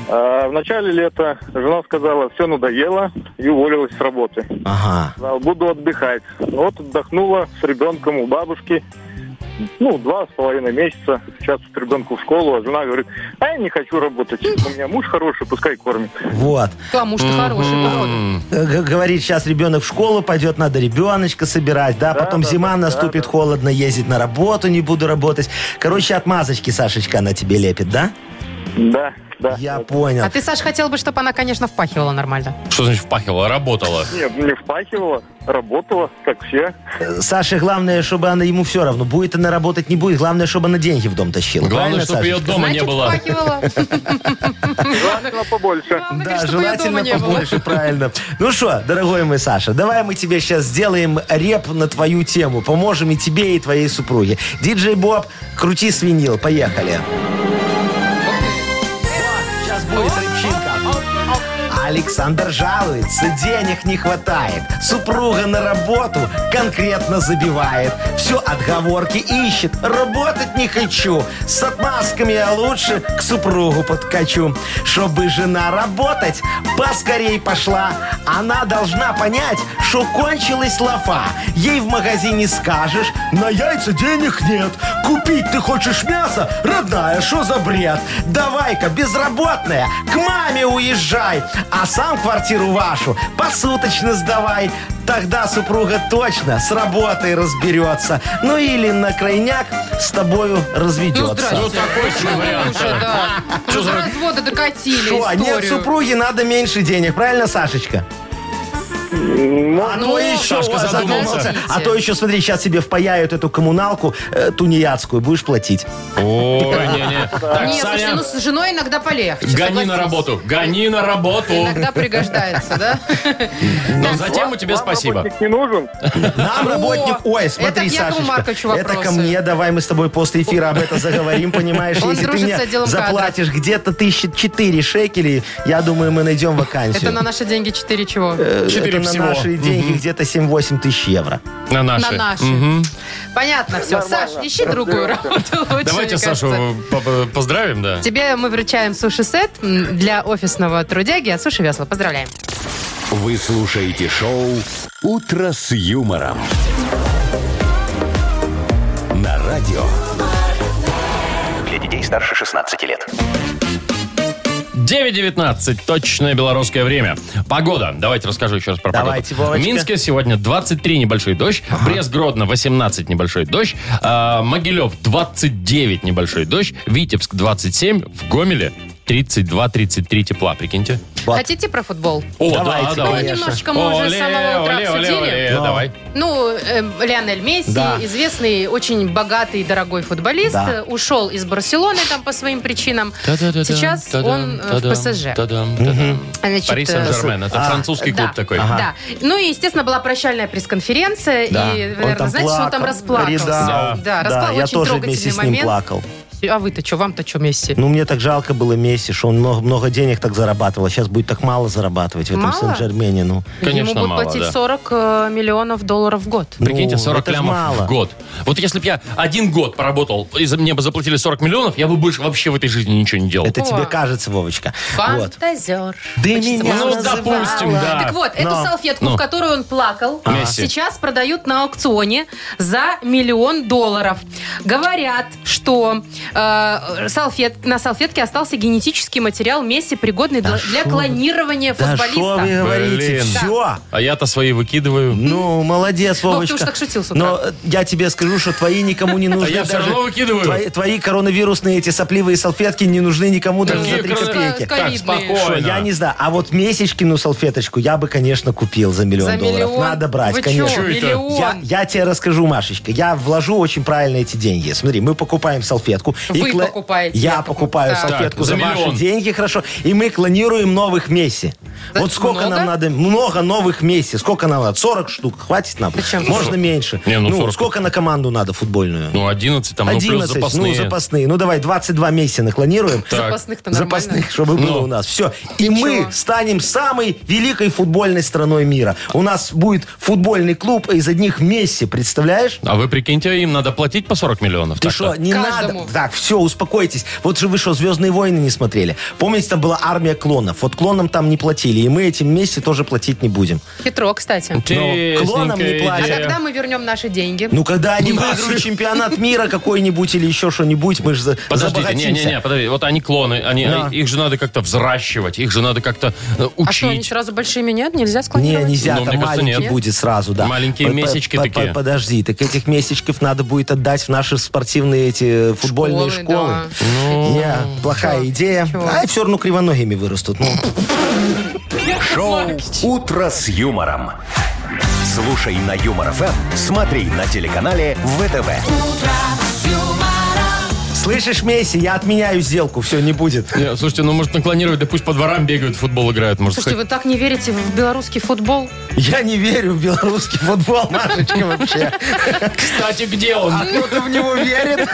F: Э, в начале лета жена сказала, все надоело, и уволилась с работы.
D: Ага.
F: Сказала, Буду отдыхать. Вот отдохнула с ребенком у бабушки. Ну, два с половиной месяца. Сейчас с ребенку в школу, а жена говорит, а я не хочу работать. У меня муж хороший, пускай кормит.
D: Вот.
B: Кламуш-то хороший, походу.
D: Э, г- Говорит, сейчас ребенок в школу пойдет, надо ребеночка собирать, да, потом
F: да,
D: зима
F: да,
D: наступит,
F: да, да.
D: холодно, ездить на работу, не буду работать. Короче, отмазочки Сашечка на тебе лепит, да?
F: Да, да.
D: Я понял.
B: А ты, Саш, хотел бы, чтобы она, конечно, впахивала нормально.
C: Что значит впахивала? Работала.
F: Не, мне впахивала, работала, как все.
D: Э, Саше главное, чтобы она ему все равно, будет она работать, не будет, главное, чтобы она деньги в дом тащила.
C: Главное,
D: Правильно,
C: чтобы ее
D: Сашечка?
C: дома не
B: Значит,
C: было.
B: впахивала.
F: Желательно побольше.
B: Главное,
D: Да,
B: А конечно, чтобы ее дома
D: желательно
B: не было.
D: побольше, правильно. Ну что, дорогой мой Саша, давай мы тебе сейчас сделаем реп на твою тему. Поможем и тебе, и твоей супруге. Диджей Боб, крути свинил, поехали. Сейчас будет рыбчинка. Александр жалуется, денег не хватает. Супруга на работу конкретно забивает. Все отговорки ищет, работать не хочу. С отмазками я лучше к супругу подкачу. Чтобы жена работать поскорей пошла, она должна понять, что кончилась лафа. Ей в магазине скажешь, на яйца денег нет. Купить ты хочешь мясо? Родная, что за бред? Давай-ка, безработная, к маме уезжай, а сам квартиру вашу посуточно сдавай. Тогда супруга точно с работой разберется. Ну или на крайняк с тобою
B: Ну,
D: разведется.
B: здрасте.
C: Ну, такой себе
B: Ну,
C: вариант.
B: уже, да.
C: Что за-
B: До развода докатили
D: Шо, а нет
B: историю.
D: супруги, надо меньше денег, правильно, Сашечка? А
F: Ну,
D: то еще,
C: Сашка
D: о,
C: задумался.
D: А то еще, смотри, сейчас себе впаяют эту коммуналку э, тунеядскую, будешь платить.
C: Ой, не-не. Так,
B: Нет, слушайте,
C: Саня,
B: ну с женой иногда полегче.
C: гони на
B: согласись.
C: работу. Гони на работу.
B: ну, Иногда пригождается, да?
C: Но затем у тебя
F: Вам
C: спасибо.
F: работник не нужен?
D: Нам
B: О,
D: работник... Ой, смотри,
B: это к Якову
D: Сашечка.
B: Марковичу вопросы.
D: Это ко мне, давай мы с тобой после эфира об этом заговорим, понимаешь?
B: Он
D: Если ты
B: дружит с
D: мне
B: отделом кадров.
D: заплатишь где-то 1004 шекелей, я думаю, мы найдем вакансию.
B: Это на наши деньги 4 чего?
D: Э,
C: Четыре
D: это на
C: всего.
D: наши деньги где-то 7-8 тысяч евро.
C: На
B: На
C: наши.
B: наши. Понятно, все. Саш, ищи другую работу лучше,
C: Давайте
B: мне
C: Сашу
B: кажется.
C: по- поздравим, да.
B: Тебе мы вручаем суши-сет м, для офисного трудяги от Суши Весла. Поздравляем.
A: Вы слушаете шоу «Утро с юмором». На радио.
E: Для детей старше 16 лет.
C: 9.19, точное белорусское время. Погода. Давайте расскажу еще раз про
D: Давайте,
C: погоду. В
D: Вовочка.
C: Минске сегодня 23 небольшой дождь, Брест-Гродно 18 небольшой дождь, а, Могилев 29 небольшой дождь, Витебск 27, в Гомеле 32-33 тепла, прикиньте.
D: Вот.
B: Хотите про футбол?
C: О,
D: Давайте,
C: да, давай.
B: Ну, немножечко мы уже с самого утра
C: оле,
B: обсудили.
C: оле,
D: Да.
C: давай.
B: Ну, э, Лионель Месси,
D: Да.
B: известный, очень богатый и дорогой футболист,
D: Да.
B: э, ушел из Барселоны там по своим причинам.
C: Та-да-да-да,
B: Сейчас
C: та-дам,
B: он э,
C: та-дам,
B: в ПСЖ.
C: та-дам, та-дам.
B: Значит,
C: Пари
B: э,
C: Сен-Жермен. Это
D: а,
C: французский клуб
B: да,
C: такой.
B: Да. Ну и, естественно, была прощальная пресс-конференция. И,
D: Да. Он
B: наверное,
D: там
B: знаете, что он там
D: плакал,
B: расплакался.
D: рыдал.
B: Да,
D: Да,
B: расплакал.
D: я
B: очень
D: тоже
B: трогательный
D: вместе с ним
B: момент.
D: плакал.
B: Месси. А вы-то что, вам-то что Месси?
D: Ну, мне так жалко было Месси, что он много, много денег так зарабатывал, а сейчас будет так мало зарабатывать в этом
B: Мало?
D: Сен-Жермене. Ну,
C: Конечно,
B: Ему будут
C: мало,
B: платить
C: да.
B: 40 э, миллионов долларов в год.
C: Прикиньте,
D: Ну,
C: 40
D: это ж
C: лямов
D: мало.
C: в год. Вот если бы я один год поработал, и за мне бы заплатили 40 миллионов, я бы больше вообще в этой жизни ничего не делал.
D: это
B: О.
D: тебе кажется, Вовочка. Вот.
B: Фантазер.
D: Да
B: Хочется
D: меня
B: вас
C: Ну,
B: называла.
C: допустим, да.
B: Так вот, эту
D: Но. А.
B: салфетку,
C: Ну.
B: в которую он плакал, а,
C: Месси.
B: сейчас продают на аукционе за миллион долларов. Говорят, что э, салфет, на салфетке остался генетический материал Месси, пригодный для, для клонирования
D: Да что
B: футболиста.
D: вы говорите?
C: Блин.
D: Все.
C: А я-то свои выкидываю.
D: Ну, молодец,
B: Вов, ты
D: Вовочка.
B: уж так шутил с утра.
D: Но э, я тебе скажу, что твои никому не нужны.
C: А я всё
D: даже-
C: равно выкидываю.
D: Твои, твои коронавирусные эти сопливые салфетки не нужны никому даже
C: Какие
D: за три
C: корона-
D: копейки.
C: Так,
B: Ковидные.
D: Что,
C: спокойно.
D: я не знаю. А вот месячкину салфеточку я бы, конечно, купил за миллион
B: За
D: долларов.
B: миллион?
D: Надо брать,
B: Вы чё,
D: конечно.
C: Чё это?
B: миллион?
D: Я, я тебе расскажу, Машечка. Я вложу очень правильно эти деньги. Смотри, мы покупаем салфетку.
B: Вы
D: кла-
B: покупаете,
D: Я
B: я покупаю.
D: покупаю салфетку
C: Так,
D: за,
C: за миллион.
D: ваши деньги, хорошо. И мы клонируем новых Месси.
B: Да,
D: вот сколько
B: много?
D: нам надо? Много новых Месси. Сколько нам надо? 40 штук. Хватит нам?
B: Зачем?
D: Можно меньше.
C: Не, ну 40.
D: сколько на команду надо футбольную?
C: Ну, 11 там, ну, плюс
D: 11,
C: запасные.
D: ну запасные. Ну давай, 22 Месси наклонируем.
B: Запасных-то нормально.
D: Запасных, чтобы было
C: Ну.
D: у нас. Все. И мы станем самой великой футбольной страной мира. У нас будет футбольный клуб из одних Месси, представляешь?
C: А вы прикиньте, им надо платить по 40 миллионов.
D: Ты
C: так-то.
D: что, не
B: Каждому.
D: надо? Так, все, успокойтесь. Вот же вы что, «Звездные войны» не смотрели? Помните, там была армия клонов. Вот клонам там не платили, и мы этим Месси тоже платить не будем.
B: Хитро, кстати.
C: Интересненькая
D: клонам не
B: А
D: платят.
C: идея.
B: когда мы вернем наши деньги?
D: Э. Ну, когда они
C: Наши.
D: выиграют чемпионат мира какой-нибудь или еще что-нибудь, мы же
C: Подождите, не-не-не, подождите. Вот они клоны, они,
D: Да.
C: а их же надо как-то взращивать, их же надо как-то э,
B: а что, они
C: учить.
B: сразу большими нет? Нельзя
D: Не,
B: склонировать?
D: нельзя,
C: Ну, мне
D: там
C: кажется,
D: маленький
C: нет.
D: будет сразу, да.
C: Маленькие
D: По- по-
C: месячки
D: по-
C: такие.
D: по- Подожди, так этих месячков надо будет отдать в наши спортивные эти э, футбольные
B: Школы,
D: школы. Ну,
B: да.
D: Не, плохая идея.
B: чё?
D: А все равно кривоногими вырастут. Ну,
A: Шоу «Утро с юмором». Слушай на Юмор ФМ, смотри на телеканале ВТВ.
D: слышишь, Месси, я отменяю сделку, все, не будет.
C: Не, слушайте, ну может наклонировать, да пусть по дворам бегают, в футбол играют. Может,
B: Слушайте,
C: хоть-
B: вы так не верите в белорусский футбол?
D: Я не верю в белорусский футбол, Машечка, вообще.
C: Кстати, где он?
B: А,
D: Кто-то в него верит.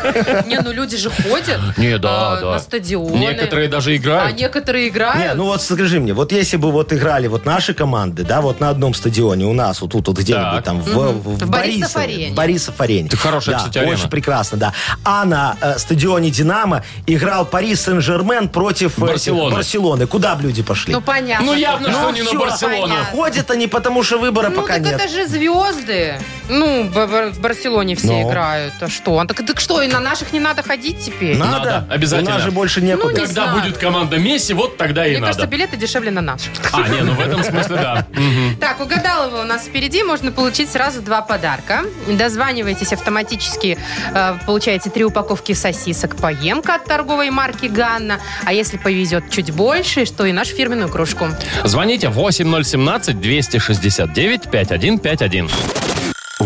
B: Не, ну люди же ходят
C: Не, да,
B: э,
C: да.
B: на стадионы.
C: Некоторые даже
B: А
C: играют.
B: некоторые
D: Не,
B: играют.
D: ну вот скажи мне, вот если бы вот играли вот наши команды, да, вот на одном стадионе у нас, вот тут вот
C: Так.
D: где-нибудь там в, в,
B: В Борисов-арене.
D: В Борисов-арене.
C: Это хорошая,
D: да,
C: кстати, арена.
D: очень прекрасно, да. А на э, стадионе «Динамо» играл Парис Сен-Жермен против э,
C: Барселоны.
D: этих- Барселоны. Куда бы люди пошли?
B: Ну, понятно.
C: Ну явно,
D: Ну,
C: что не на
D: всё,
C: Барселону.
B: понятно.
D: Ходят они, потому что выбора
B: Ну,
D: пока
B: так
D: нет.
B: это же звезды. Ну, в, в- в Барселоне все
D: Ну.
B: играют. А что? А Так, так что, и на наших не надо ходить теперь?
D: Надо?
C: Надо, обязательно.
D: У нас же больше
B: Ну,
D: некуда.
B: не
C: Когда
B: знаю.
C: будет команда Месси, вот тогда и
B: Мне
C: надо.
B: кажется, билеты дешевле на наших.
C: А, не, ну в этом смысле да. Мгм.
B: Так, угадал его у нас впереди. Можно получить сразу два подарка. Дозваниваетесь автоматически. э, Получаете три упаковки сосисок поемка от торговой марки «Ганна». А если повезет чуть больше, что и нашу фирменную кружку.
C: Звоните 8017-269-5151.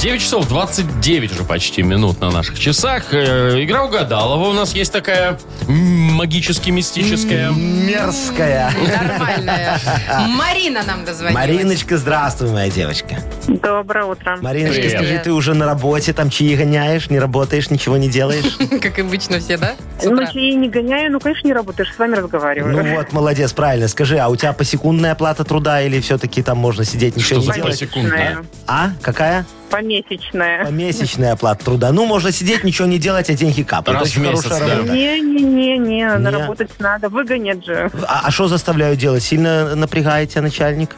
C: 9 часов 29 уже почти минут на наших часах. Э, Игра угадалова у нас есть такая м, магически-мистическая.
D: Мерзкая.
B: Нормальная. Марина нам дозвонилась.
D: Мариночка, здравствуй, моя девочка.
H: Доброе утро.
D: Мариночка,
C: Привет.
D: скажи, ты уже на работе, там чаи гоняешь, не работаешь, ничего не делаешь?
B: Как обычно все, да? С
H: Ну,
B: утра.
H: если я не гоняю, ну, конечно, не работаешь, с вами разговариваю.
D: Ну вот, молодец, правильно. Скажи, а у тебя посекундная оплата труда или все-таки там можно сидеть,
C: Что
D: ничего
C: за
D: не делать?
C: посекундная?
D: А? Какая?
H: Помесячная.
D: Помесячная оплата труда. Ну, можно сидеть, ничего не делать, а деньги капают.
C: Раз в
D: Очень
C: месяц,
D: хорошая
C: да.
D: работа.
H: Не-не-не-не,
D: Не.
H: наработать надо, выгонят же.
D: А а что заставляют делать? Сильно напрягает тебя начальник?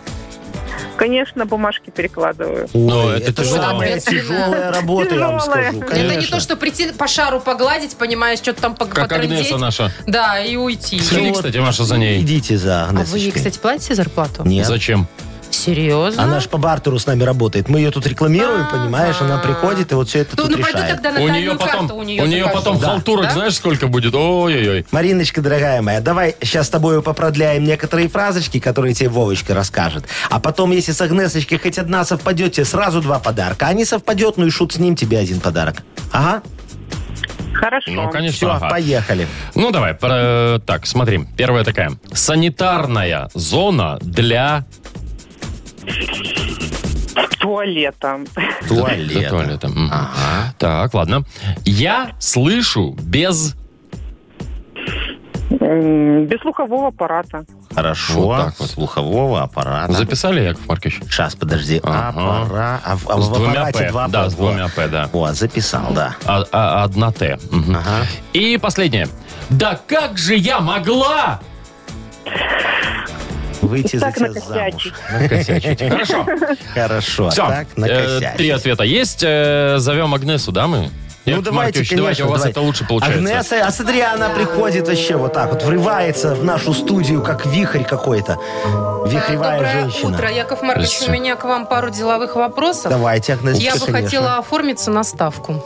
H: Конечно, бумажки перекладываю.
C: Ну,
D: Ой,
C: это
D: это
C: тяжело.
D: самая
B: Ответственно.
D: тяжелая работа, я вам
H: Тяжелая.
D: скажу.
B: Это не
D: конечно.
B: то, что прийти по шару погладить, понимаешь, что-то там пог-
C: Как
B: потрындеть.
C: Агнеса наша.
B: Да, и уйти.
C: Сходи,
D: Ну,
C: кстати, Маша, за ней.
D: Идите за
B: А вы ей,
D: Агнесочкой.
B: кстати, платите зарплату?
D: Нет.
C: Зачем?
B: Серьезно?
D: Она же по бартеру с нами работает. Мы ее тут рекламируем, понимаешь? Она приходит и вот все это
B: А, Ну,
D: тут
B: ну пойду
D: решает.
B: тогда
C: У
B: натальную
C: нее потом,
B: карту
C: у
B: у нее
C: нее
B: закажу.
C: потом
B: Да.
C: халтурок,
B: Да?
C: знаешь, сколько будет? Ой-ой-ой.
D: Мариночка, дорогая моя, давай сейчас с тобой попродляем некоторые фразочки, которые тебе Вовочка расскажет. А потом, если с Агнесочкой хоть одна совпадет, тебе сразу два подарка. А не совпадет, ну и шут с ним, тебе один подарок. Ага.
H: Хорошо.
C: Ну, конечно,
D: Все,
C: ага.
D: поехали.
C: Ну, давай, про- так, смотри. Первая такая. Санитарная зона для...
H: Туалетом.
D: Туалет.
C: для туалета. Мгм. Так, ладно. Я слышу без...
H: М, Без слухового аппарата.
D: Хорошо.
C: Вот так вот.
D: Слухового аппарата.
C: Записали, Яков Маркович?
D: Сейчас, подожди.
C: Ага.
D: Аппара- А, в- а
C: С
D: в
C: двумя
D: аппарате
C: «П».
D: два
C: Да,
D: «П».
C: с двумя «П», да.
D: Вот, записал, да.
C: А- а- одна Т. Мгм.
D: Ага.
C: И последнее. Да как же я могла
D: Выйти за
H: Так
D: тебя замуж.
H: накосячить.
C: накосячить? Хорошо.
D: Хорошо.
C: Все.
D: Так, накосячить.
C: Э, Три ответа есть. Э, Зовем Агнесу, да, мы?
D: Ну,
C: Яков
D: давайте,
C: Маркович,
D: конечно,
C: давайте, у вас
D: давайте.
C: это лучше получается.
D: Агнеса, а смотри, она приходит вообще вот так вот, врывается в нашу студию, как вихрь какой-то. Вихревая
B: Доброе
D: женщина.
B: утро, Яков Маркович. У
C: Здравствуйте.
B: меня к вам пару деловых вопросов.
D: Давайте, Агнесочка,
B: Я бы
D: конечно.
B: хотела оформиться на ставку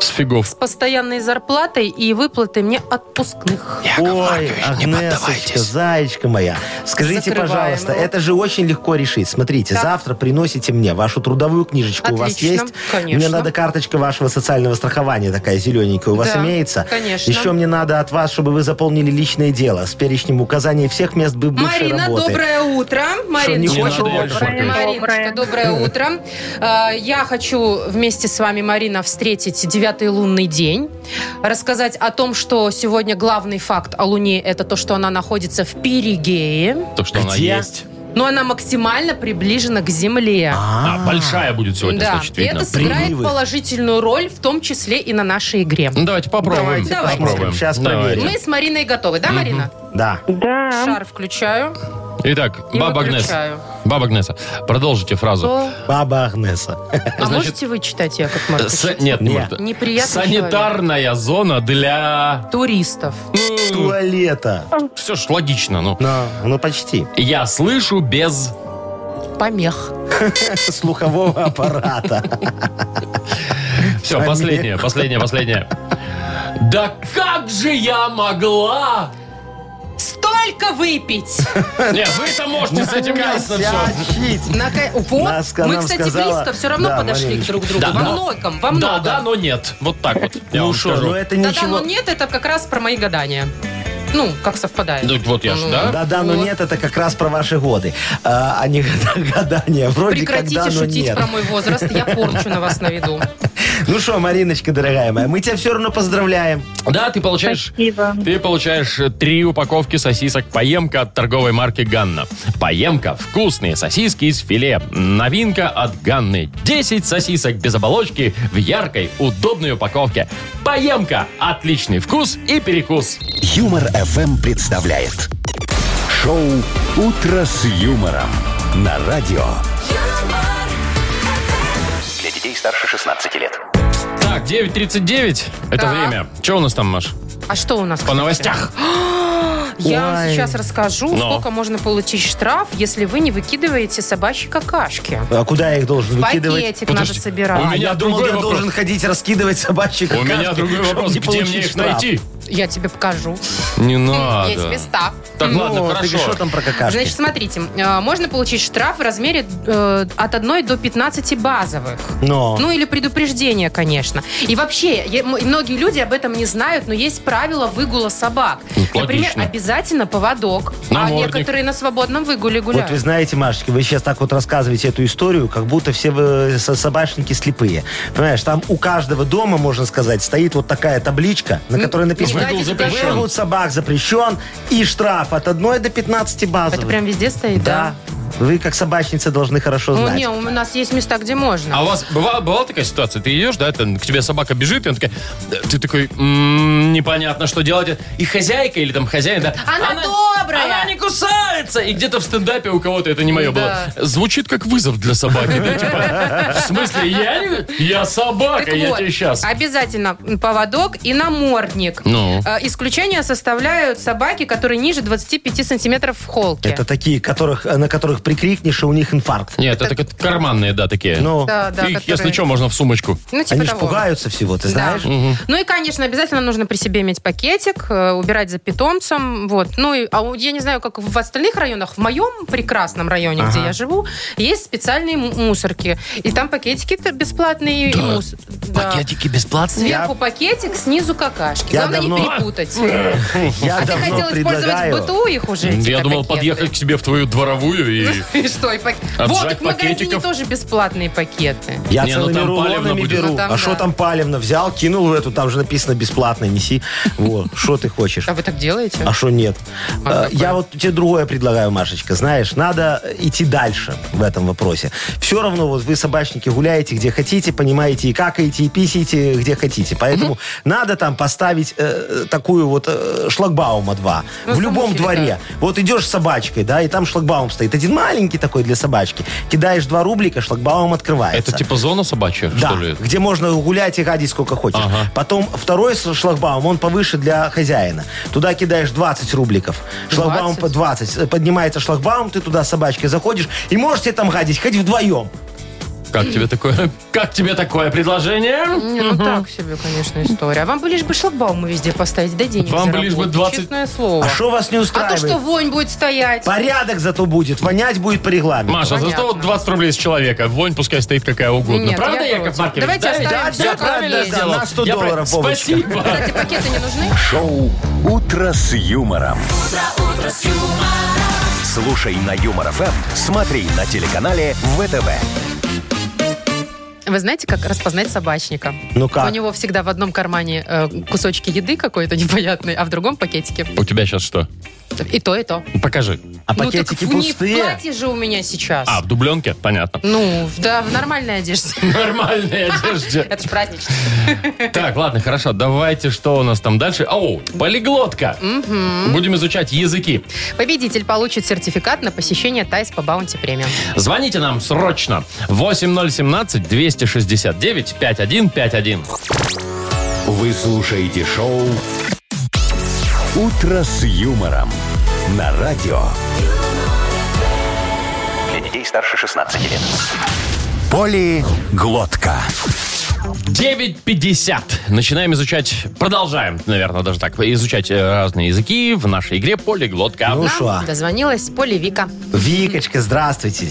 C: С фигов.
B: с постоянной зарплатой и выплатой мне отпускных.
D: Ой, Агнесочка, зайчка моя. Скажите,
B: Закрываем
D: пожалуйста,
B: его.
D: это же очень легко решить. Смотрите,
B: Так.
D: завтра приносите мне вашу трудовую книжечку. У вас
B: Отлично,
D: есть?
B: конечно.
D: Мне надо карточка вашего социального страхования такая зелененькая. У вас
B: Да,
D: имеется?
B: конечно.
D: Еще мне надо от вас, чтобы вы заполнили личное дело с перечнем указаний всех мест бы- бывшей
B: Марина,
D: работы.
B: доброе утро. Марина,
D: не хочет больше?
B: Мариночка,
H: Доброе.
B: доброе утро. Э, Я хочу вместе с вами, Марина, встретить девятый лунный день, рассказать о том, что сегодня главный факт о Луне – это то, что она находится в Перигее,
C: То, что она
D: Где?
C: есть.
B: но она максимально приближена к Земле.
C: А, большая будет сегодня,
B: да,
C: значит,
B: и
C: видно.
B: это сыграет
D: Приливы.
B: положительную роль, в том числе и на нашей игре.
C: Ну, давайте попробуем.
B: Давайте Давайте.
C: попробуем.
D: Сейчас
C: Давайте.
D: проверим.
B: Мы с Мариной готовы, да, Марина?
D: Да.
H: Да.
B: Шар включаю
C: Итак,
B: и
C: баба Агнеса.
B: выключаю.
C: Баба Агнеса, продолжите фразу.
B: То-
D: Баба Агнеса.
B: А
C: Значит,
B: можете вы читать, Яков Маркович?
C: С- Э, Нет, не
D: Нет.
C: может.
B: Неприятный
C: Санитарная зона для...
B: Туристов.
D: Туалета.
C: Все ж логично, ну.
D: Ну, ну почти.
C: Я слышу без...
B: Помех.
D: Слухового аппарата.
C: Все, последнее, последнее, последнее. Да как же я могла?
B: Столько выпить!
C: Нет, вы-то можете с этим ясно все.
D: Косячить.
B: Нака- Вот,
D: Наска
B: мы,
D: нам
B: кстати,
D: сказала-
B: близко все равно
D: Да,
B: подошли к
D: Мариночка.
B: друг другу.
C: Да,
B: во
C: да.
B: многом, во
C: Да,
B: многом.
C: да, но нет. Вот так вот. Я
D: Ну
C: вам
D: что,
C: скажу.
D: ну это
B: Да-да, но
D: ничего...
B: нет, это как раз про мои гадания. Ну, как совпадает.
C: Ну, Вот я же,
B: Ну,
C: да?
D: Да-да, но
B: Вот.
D: нет, это как раз про ваши годы, а, а не гадания. Вроде
B: Прекратите
D: когда, но
B: шутить
D: нет.
B: про мой возраст, я порчу на вас на виду.
D: Ну что, Мариночка, дорогая моя, мы тебя все равно поздравляем.
C: Да, ты получаешь...
H: Спасибо.
C: Ты получаешь э, три упаковки сосисок «Поемка» от торговой марки «Ганна». «Поемка» – вкусные сосиски из филе. Новинка от «Ганны». 10 сосисок без оболочки в яркой, удобной упаковке. «Поемка» – отличный вкус и перекус.
A: Юмор FM представляет шоу Утро с юмором на радио.
E: Для детей старше 16 лет.
C: Так, 9.39 – это
B: Так.
C: время. Что у нас там, Маш,
B: А что у нас?
C: по новостях?
B: Я вам
D: Ой.
B: сейчас расскажу,
C: Но.
B: сколько можно получить штраф, если вы не выкидываете собачьи какашки.
D: А куда я их должен
B: В
D: выкидывать?
B: Пакетик
C: Подожди,
B: надо
C: у
B: собирать.
C: меня
D: я думал,
C: другой
D: я
C: вопрос.
D: должен ходить раскидывать собачьих
C: У меня другой вопрос. Где мне их найти?
B: Я тебе покажу.
C: Не
B: Хм, Я тебе ста.
C: А, Так, ладно,
D: Ладно, ты Ну, что
C: хорошо.
D: там про какашки?
B: Значит, смотрите, э, можно получить штраф в размере э, от 1 до 15 базовых.
D: но.
B: Ну или предупреждение, конечно. И вообще, я- м- многие люди об этом не знают, но есть правило выгула собак.
C: Ну,
B: Например,
C: логично.
B: обязательно поводок.
C: Намордник.
B: А некоторые на свободном выгуле
D: Вот
B: гуляют.
D: вы знаете, Машечка, вы сейчас так вот рассказываете эту историю, как будто все вы со- собачники слепые. Понимаешь, там у каждого дома, можно сказать, стоит вот такая табличка, на которой написано
B: дайте
C: Выгул запрещен.
D: «Выгул собак запрещен» и штраф от 1 до 15 базовых.
B: Это прям везде стоит,
D: Да.
B: да?
D: Вы, как собачница, должны хорошо
B: Ну,
D: знать.
B: не, у нас есть места, где можно.
C: А у вас бывала, бывала такая ситуация? Ты идешь, да, там, к тебе собака бежит, и он такая, ты такой, «М, непонятно, что делать. И хозяйка или там хозяин, да.
B: Она добрая!»
C: Она не кусается! И где-то в стендапе у кого-то это не мое
B: Да.
C: было. Звучит как вызов для собаки. да, типа, в смысле, я не... Я собака,
B: Так
C: я
B: вот, А
C: тебе сейчас.
B: Обязательно поводок и намордник.
C: Ну.
B: Э, Исключение составляют собаки, которые ниже 25 сантиметров в холке.
D: Это такие, которых, на которых прикрикнешь, и у них инфаркт.
C: Нет, это как карманные, да, такие.
D: Ну,
B: Да, да,
C: Их, если
B: которые-
C: что, можно в сумочку.
B: Ну, типа
D: они ж
B: того.
D: пугаются всего, ты знаешь?
B: Да. Ну и, конечно, обязательно нужно при себе иметь пакетик, э, убирать за питомцем, вот. Ну и, а у- я не знаю, как в остальных остальных районах, в моем прекрасном районе, где я живу, есть специальные м- мусорки. И там пакетики-то бесплатные. и
C: Да.
B: мус- да.
C: Пакетики бесплатные?
B: Сверху пакетик, снизу какашки.
D: Я
B: Главное не
D: давно-
B: перепутать.
D: Я
B: А ты
D: давно
B: хотел использовать в
D: предлагаю.
B: БТУ их уже? эти
C: Я думал
B: пакеты. Ну
C: подъехать к тебе в твою дворовую и...
B: И что, и пак-
C: Отжать
B: Вот, так в магазине
C: пакетиков.
B: тоже бесплатные пакеты.
D: Я
C: Не, ну
D: целыми
C: там палевно
D: рулонами
C: будет.
D: беру.
B: Ну там
D: а
B: да.
D: что там палевно? Взял, кинул в эту, там же написано бесплатно, неси. Вот, что ты хочешь?
B: А вы так делаете?
D: А что нет?
B: А
D: Э,
B: какое?
D: Я вот тебе другое предлагаю, Машечка. Знаешь, надо идти дальше в этом вопросе. Все равно вот вы, собачники, гуляете где хотите, понимаете, и какаете, и писите где хотите. Поэтому надо там поставить э, такую вот э, шлагбаума 2
B: Ну,
D: в любом
B: замутили,
D: дворе. Вот идешь с собачкой, да, и там шлагбаум стоит. Один маленький такой для собачки. Кидаешь два рублика, шлагбаум открывается.
C: Это типа зона собачья,
D: Да,
C: что ли?
D: где можно гулять и гадить сколько хочешь.
C: Ага.
D: Потом второй с- шлагбаум, он повыше для хозяина. Туда кидаешь 20 рубликов. Шлагбаум
B: 20?
D: по 20. Э, Поднимается шлагбаум, ты туда с собачкой заходишь и можете там гадить, хоть вдвоем.
C: Как тебе такое? Как тебе такое предложение?
B: Не, ну так себе, конечно, история. А вам бы лишь бы шлагбаумы везде поставить, да денег
C: Вам бы лишь бы
B: заработать,
C: 20.
B: Честное слово.
D: А что вас не
B: А
D: устраивает?
B: то, что вонь будет стоять.
D: Порядок зато будет, вонять будет по регламенту.
C: Маша, за что
B: Понятно.
C: вот 20 рублей с человека? Вонь пускай стоит какая угодно.
B: Нет,
C: Правда,
B: я
C: Яков
B: против.
C: Маркович?
B: Давайте
C: Да,
B: оставим
C: да,
B: всё
C: я
B: как
C: правильно
B: есть.
C: сделал.
D: На 100
C: Я прав-
D: долларов, Вовочка.
C: Спасибо.
B: Кстати, пакеты не нужны?
A: Шоу «Утро с юмором». Слушай на Юмор ФМ, смотри на телеканале ВТВ.
B: Вы знаете, как распознать собачника?
D: Ну как?
B: У него всегда в одном кармане э, кусочки еды какой-то непонятной, а в другом пакетики.
C: У тебя сейчас что?
B: И то, и то.
C: Покажи.
D: А
B: ну так
D: пакетики
B: в- не в
D: пустые.
B: платье же у меня сейчас.
C: А, в дубленке? Понятно.
B: Ну, в- да, в нормальной одежде.
C: Нормальная одежда.
B: Это ж празднично.
C: Так, ладно, хорошо. Давайте, что у нас там дальше? Оу, полиглотка. Будем изучать языки.
B: Победитель получит сертификат на посещение Тайс по Баунти Премиум.
C: Звоните нам срочно. 8017-269-5151.
A: Вы слушаете шоу «Утро с юмором» на радио.
E: Для детей старше 16 лет.
A: Полиглотка.
C: 9.50. Начинаем изучать, продолгаем, наверное, даже так, изучать э, разные языки в нашей игре «Полиглотка».
D: Ну что,
B: Нам дозвонилась Поле Вика.
D: Викочка, здравствуйте.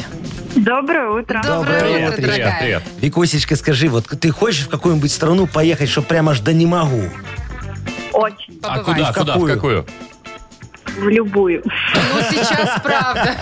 H: Доброе утро.
B: Доброе
C: привет,
B: утро,
C: привет,
B: дорогая.
C: привет.
D: Викусечка, скажи, вот ты хочешь в какую-нибудь страну поехать, что прям аж да не могу?
H: Очень.
C: А
B: Побывай.
C: куда,
D: В
C: куда, в
D: какую?
C: какую?
H: В любую.
B: Ну, сейчас правда.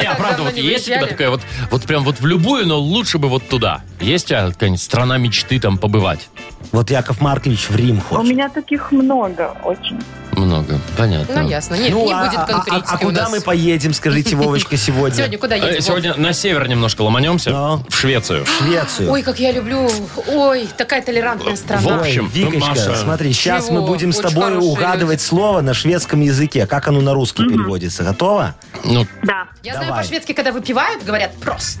C: Не, а
B: так
C: правда,
B: давно
C: вот
B: не
C: есть у тебя
B: выезжали.
C: такая вот, вот прям вот в любую, но лучше бы вот туда. Есть у тебя какая-нибудь страна мечты там побывать?
D: Вот Яков Маркович в Рим хочет.
H: У меня таких много, очень.
C: Много, понятно.
B: Ну, ясно. Нет,
D: Ну,
B: не
D: а- а-
B: будет
D: а-
B: конкретики
D: а
B: у
D: куда
B: нас.
D: мы поедем, скажите, Вовочка, сегодня?
B: Сегодня куда
C: Э,
B: едем?
C: Сегодня на север немножко ломанемся,
D: Да.
C: в Швецию.
D: В Швецию.
B: Ой, как я люблю. Ой, такая толерантная
C: В
B: страна.
D: Ой,
C: общем, ну,
D: Викочка,
C: Маша.
D: смотри, сейчас
B: Чего?
D: мы будем с
B: Очень
D: тобой
B: хорошие
D: угадывать
B: люди.
D: слово на шведском языке, как оно на русский переводится. Готово?
C: Ну,
H: Да.
B: Я
D: давай.
B: знаю по-шведски, когда выпивают, говорят «прост».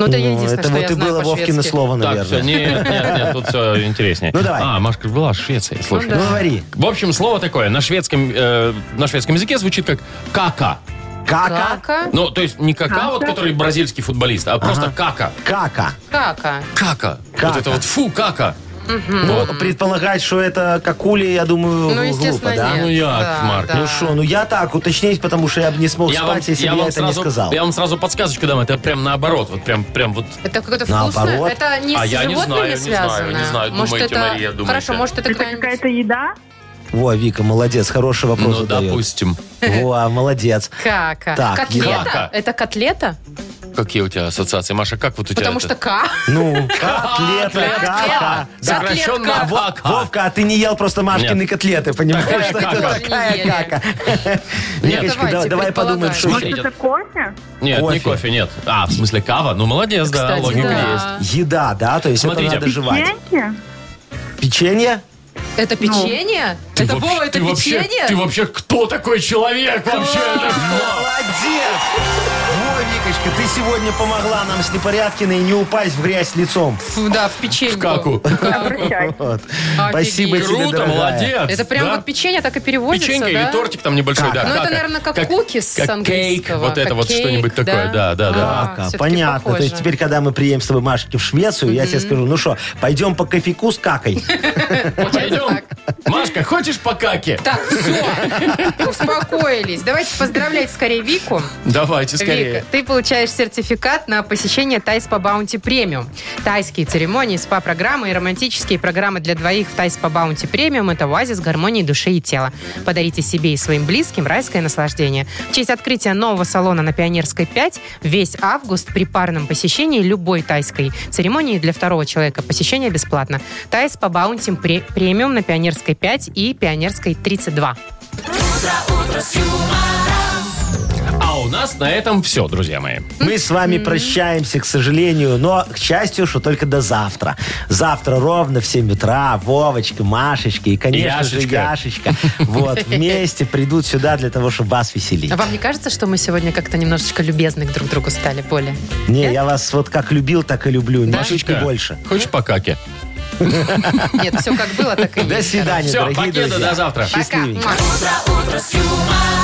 B: Ну, это я
D: Ну,
B: единственное,
D: это
B: что я
D: вот и
B: знаю Ну
D: было Вовкино
B: по-шведски.
D: слово,
C: так, все,
D: наверное.
C: нет, нет, нет, тут все интереснее.
D: Ну, давай.
C: А, Машка была в Швеции, слушай.
B: да.
D: Ну, говори.
C: В общем, слово такое на шведском, э, на шведском языке звучит как кака.
D: Кака?
B: Кака.
C: Ну, то есть не кака, вот который бразильский футболист, а просто кака.
D: Кака.
B: Кака.
C: Кака. Вот
D: Кака.
C: это вот фу, кака.
D: Ну, предполагать, что это какули, я думаю,
B: Ну, естественно,
D: глупо, да?
B: нет.
C: Ну, Яков
B: Да,
C: Маркович,
B: да.
D: Ну что, ну я так уточнить, потому что я бы не смог спать, Ну, если бы я это не
C: сразу,
D: сказал.
C: я вам сразу подсказочку дам, это прям наоборот, вот прям, прям вот.
B: Это какое-то
D: Наоборот.
B: вкусное? Это не
C: А
B: с
C: я не знаю,
B: животными
C: не
B: связано?
C: знаю, не знаю.
B: Может,
C: Думаете,
B: это...
C: Мария, думаете.
B: Хорошо, может, это
H: Это
B: какая-нибудь-
H: какая-то еда?
D: Во, Вика, молодец, хороший вопрос
C: ну,
D: задает.
C: допустим.
D: Во, молодец.
B: Кака.
D: Так,
B: котлета?
C: кака.
B: Это котлета?
C: Какие у тебя ассоциации, Маша, как вот у тебя
B: Потому
C: это?
B: что К.
D: Ну, котлета,
B: Котлета.
D: кака. Да.
C: Сокращенно
B: Котлетка.
D: Во-
C: кака.
D: Вовка, а ты не ел просто Машкины
C: Нет.
D: котлеты, понимаешь?
C: Такая кака.
D: Это
B: Не ели.
D: Такая кака.
C: Нет,
D: Викочка, да-
B: давайте,
D: давай подумаем, что
C: предполагаем.
D: еще.
C: Идет.
H: Может, это кофе?
C: Нет, не
D: кофе.
C: кофе, нет. А, в смысле кава? Ну, молодец, да,
B: Кстати,
C: логика
B: да.
C: есть.
D: Еда, да? То есть
C: Смотрите.
D: это надо жевать.
H: Деньги?
D: Печенье?
B: Это
C: Ну,
B: печенье?
C: Ты
B: это,
C: вообще-
B: Вова, это
C: ты вообще-
B: печенье?
C: Ты вообще кто такой человек вообще? Это что?
D: Молодец! Во, Викочка, ты сегодня помогла нам с Непорядкиной не упасть в грязь лицом.
B: Фу, Да, в печенье.
C: В каку?
H: Обращайся.
D: Вот.
B: Офигеть.
D: Спасибо тебе,
C: Круто,
D: дорогая.
C: молодец.
B: Это прям
C: да?
B: вот печенье так и переводится,
C: Печенька
B: да?
C: или тортик там небольшой, да.
D: Как?
B: Ну, это,
C: кака.
B: наверное, как кукис с
C: как кейк,
B: английского,
C: вот это
B: как
C: вот
B: кейк,
C: что-нибудь
B: да.
C: такое, да, да, да.
B: А.
D: Кака,
B: всё-таки
D: понятно.
B: похоже.
D: То есть теперь, когда мы приедем с тобой, Машечки, в Швецию, я тебе скажу, ну что, пойдем по кофейку с какой.
C: Пойдем. Машка, хоть хочешь по каке?
B: Так, все, успокоились. Давайте поздравлять скорее Вику.
C: Давайте скорее.
B: Вика, ты получаешь сертификат на посещение Тайс по Баунти Премиум. Тайские церемонии, спа-программы и романтические программы для двоих в Тайс по Баунти Премиум – это оазис гармонии души и тела. Подарите себе и своим близким райское наслаждение. В честь открытия нового салона на Пионерской 5 весь август при парном посещении любой тайской церемонии для второго человека посещение бесплатно. Тайс по Баунти Пре- Премиум на Пионерской 5 и Пионерской 32.
C: А у нас на этом все, друзья мои.
D: Мы с вами прощаемся, к сожалению, но, к счастью, что только до завтра. Завтра ровно в 7 утра Вовочка, Машечка и, конечно же,
C: Яшечка.
D: Яшечка вот, вместе придут сюда для того, чтобы вас веселить.
B: А вам не кажется, что мы сегодня как-то немножечко любезны к друг другу стали более?
D: Не, я вас вот как любил, так и люблю.
B: Да?
D: Машечка больше.
C: Хочешь по каке?
B: Нет, все как было, так и
D: До
B: есть.
D: свидания,
C: Все,
D: дорогие
C: пакеты,
D: друзья.
C: до завтра.
B: Пока.
D: Счастливенько.
B: Муа.
G: Утро с юмором.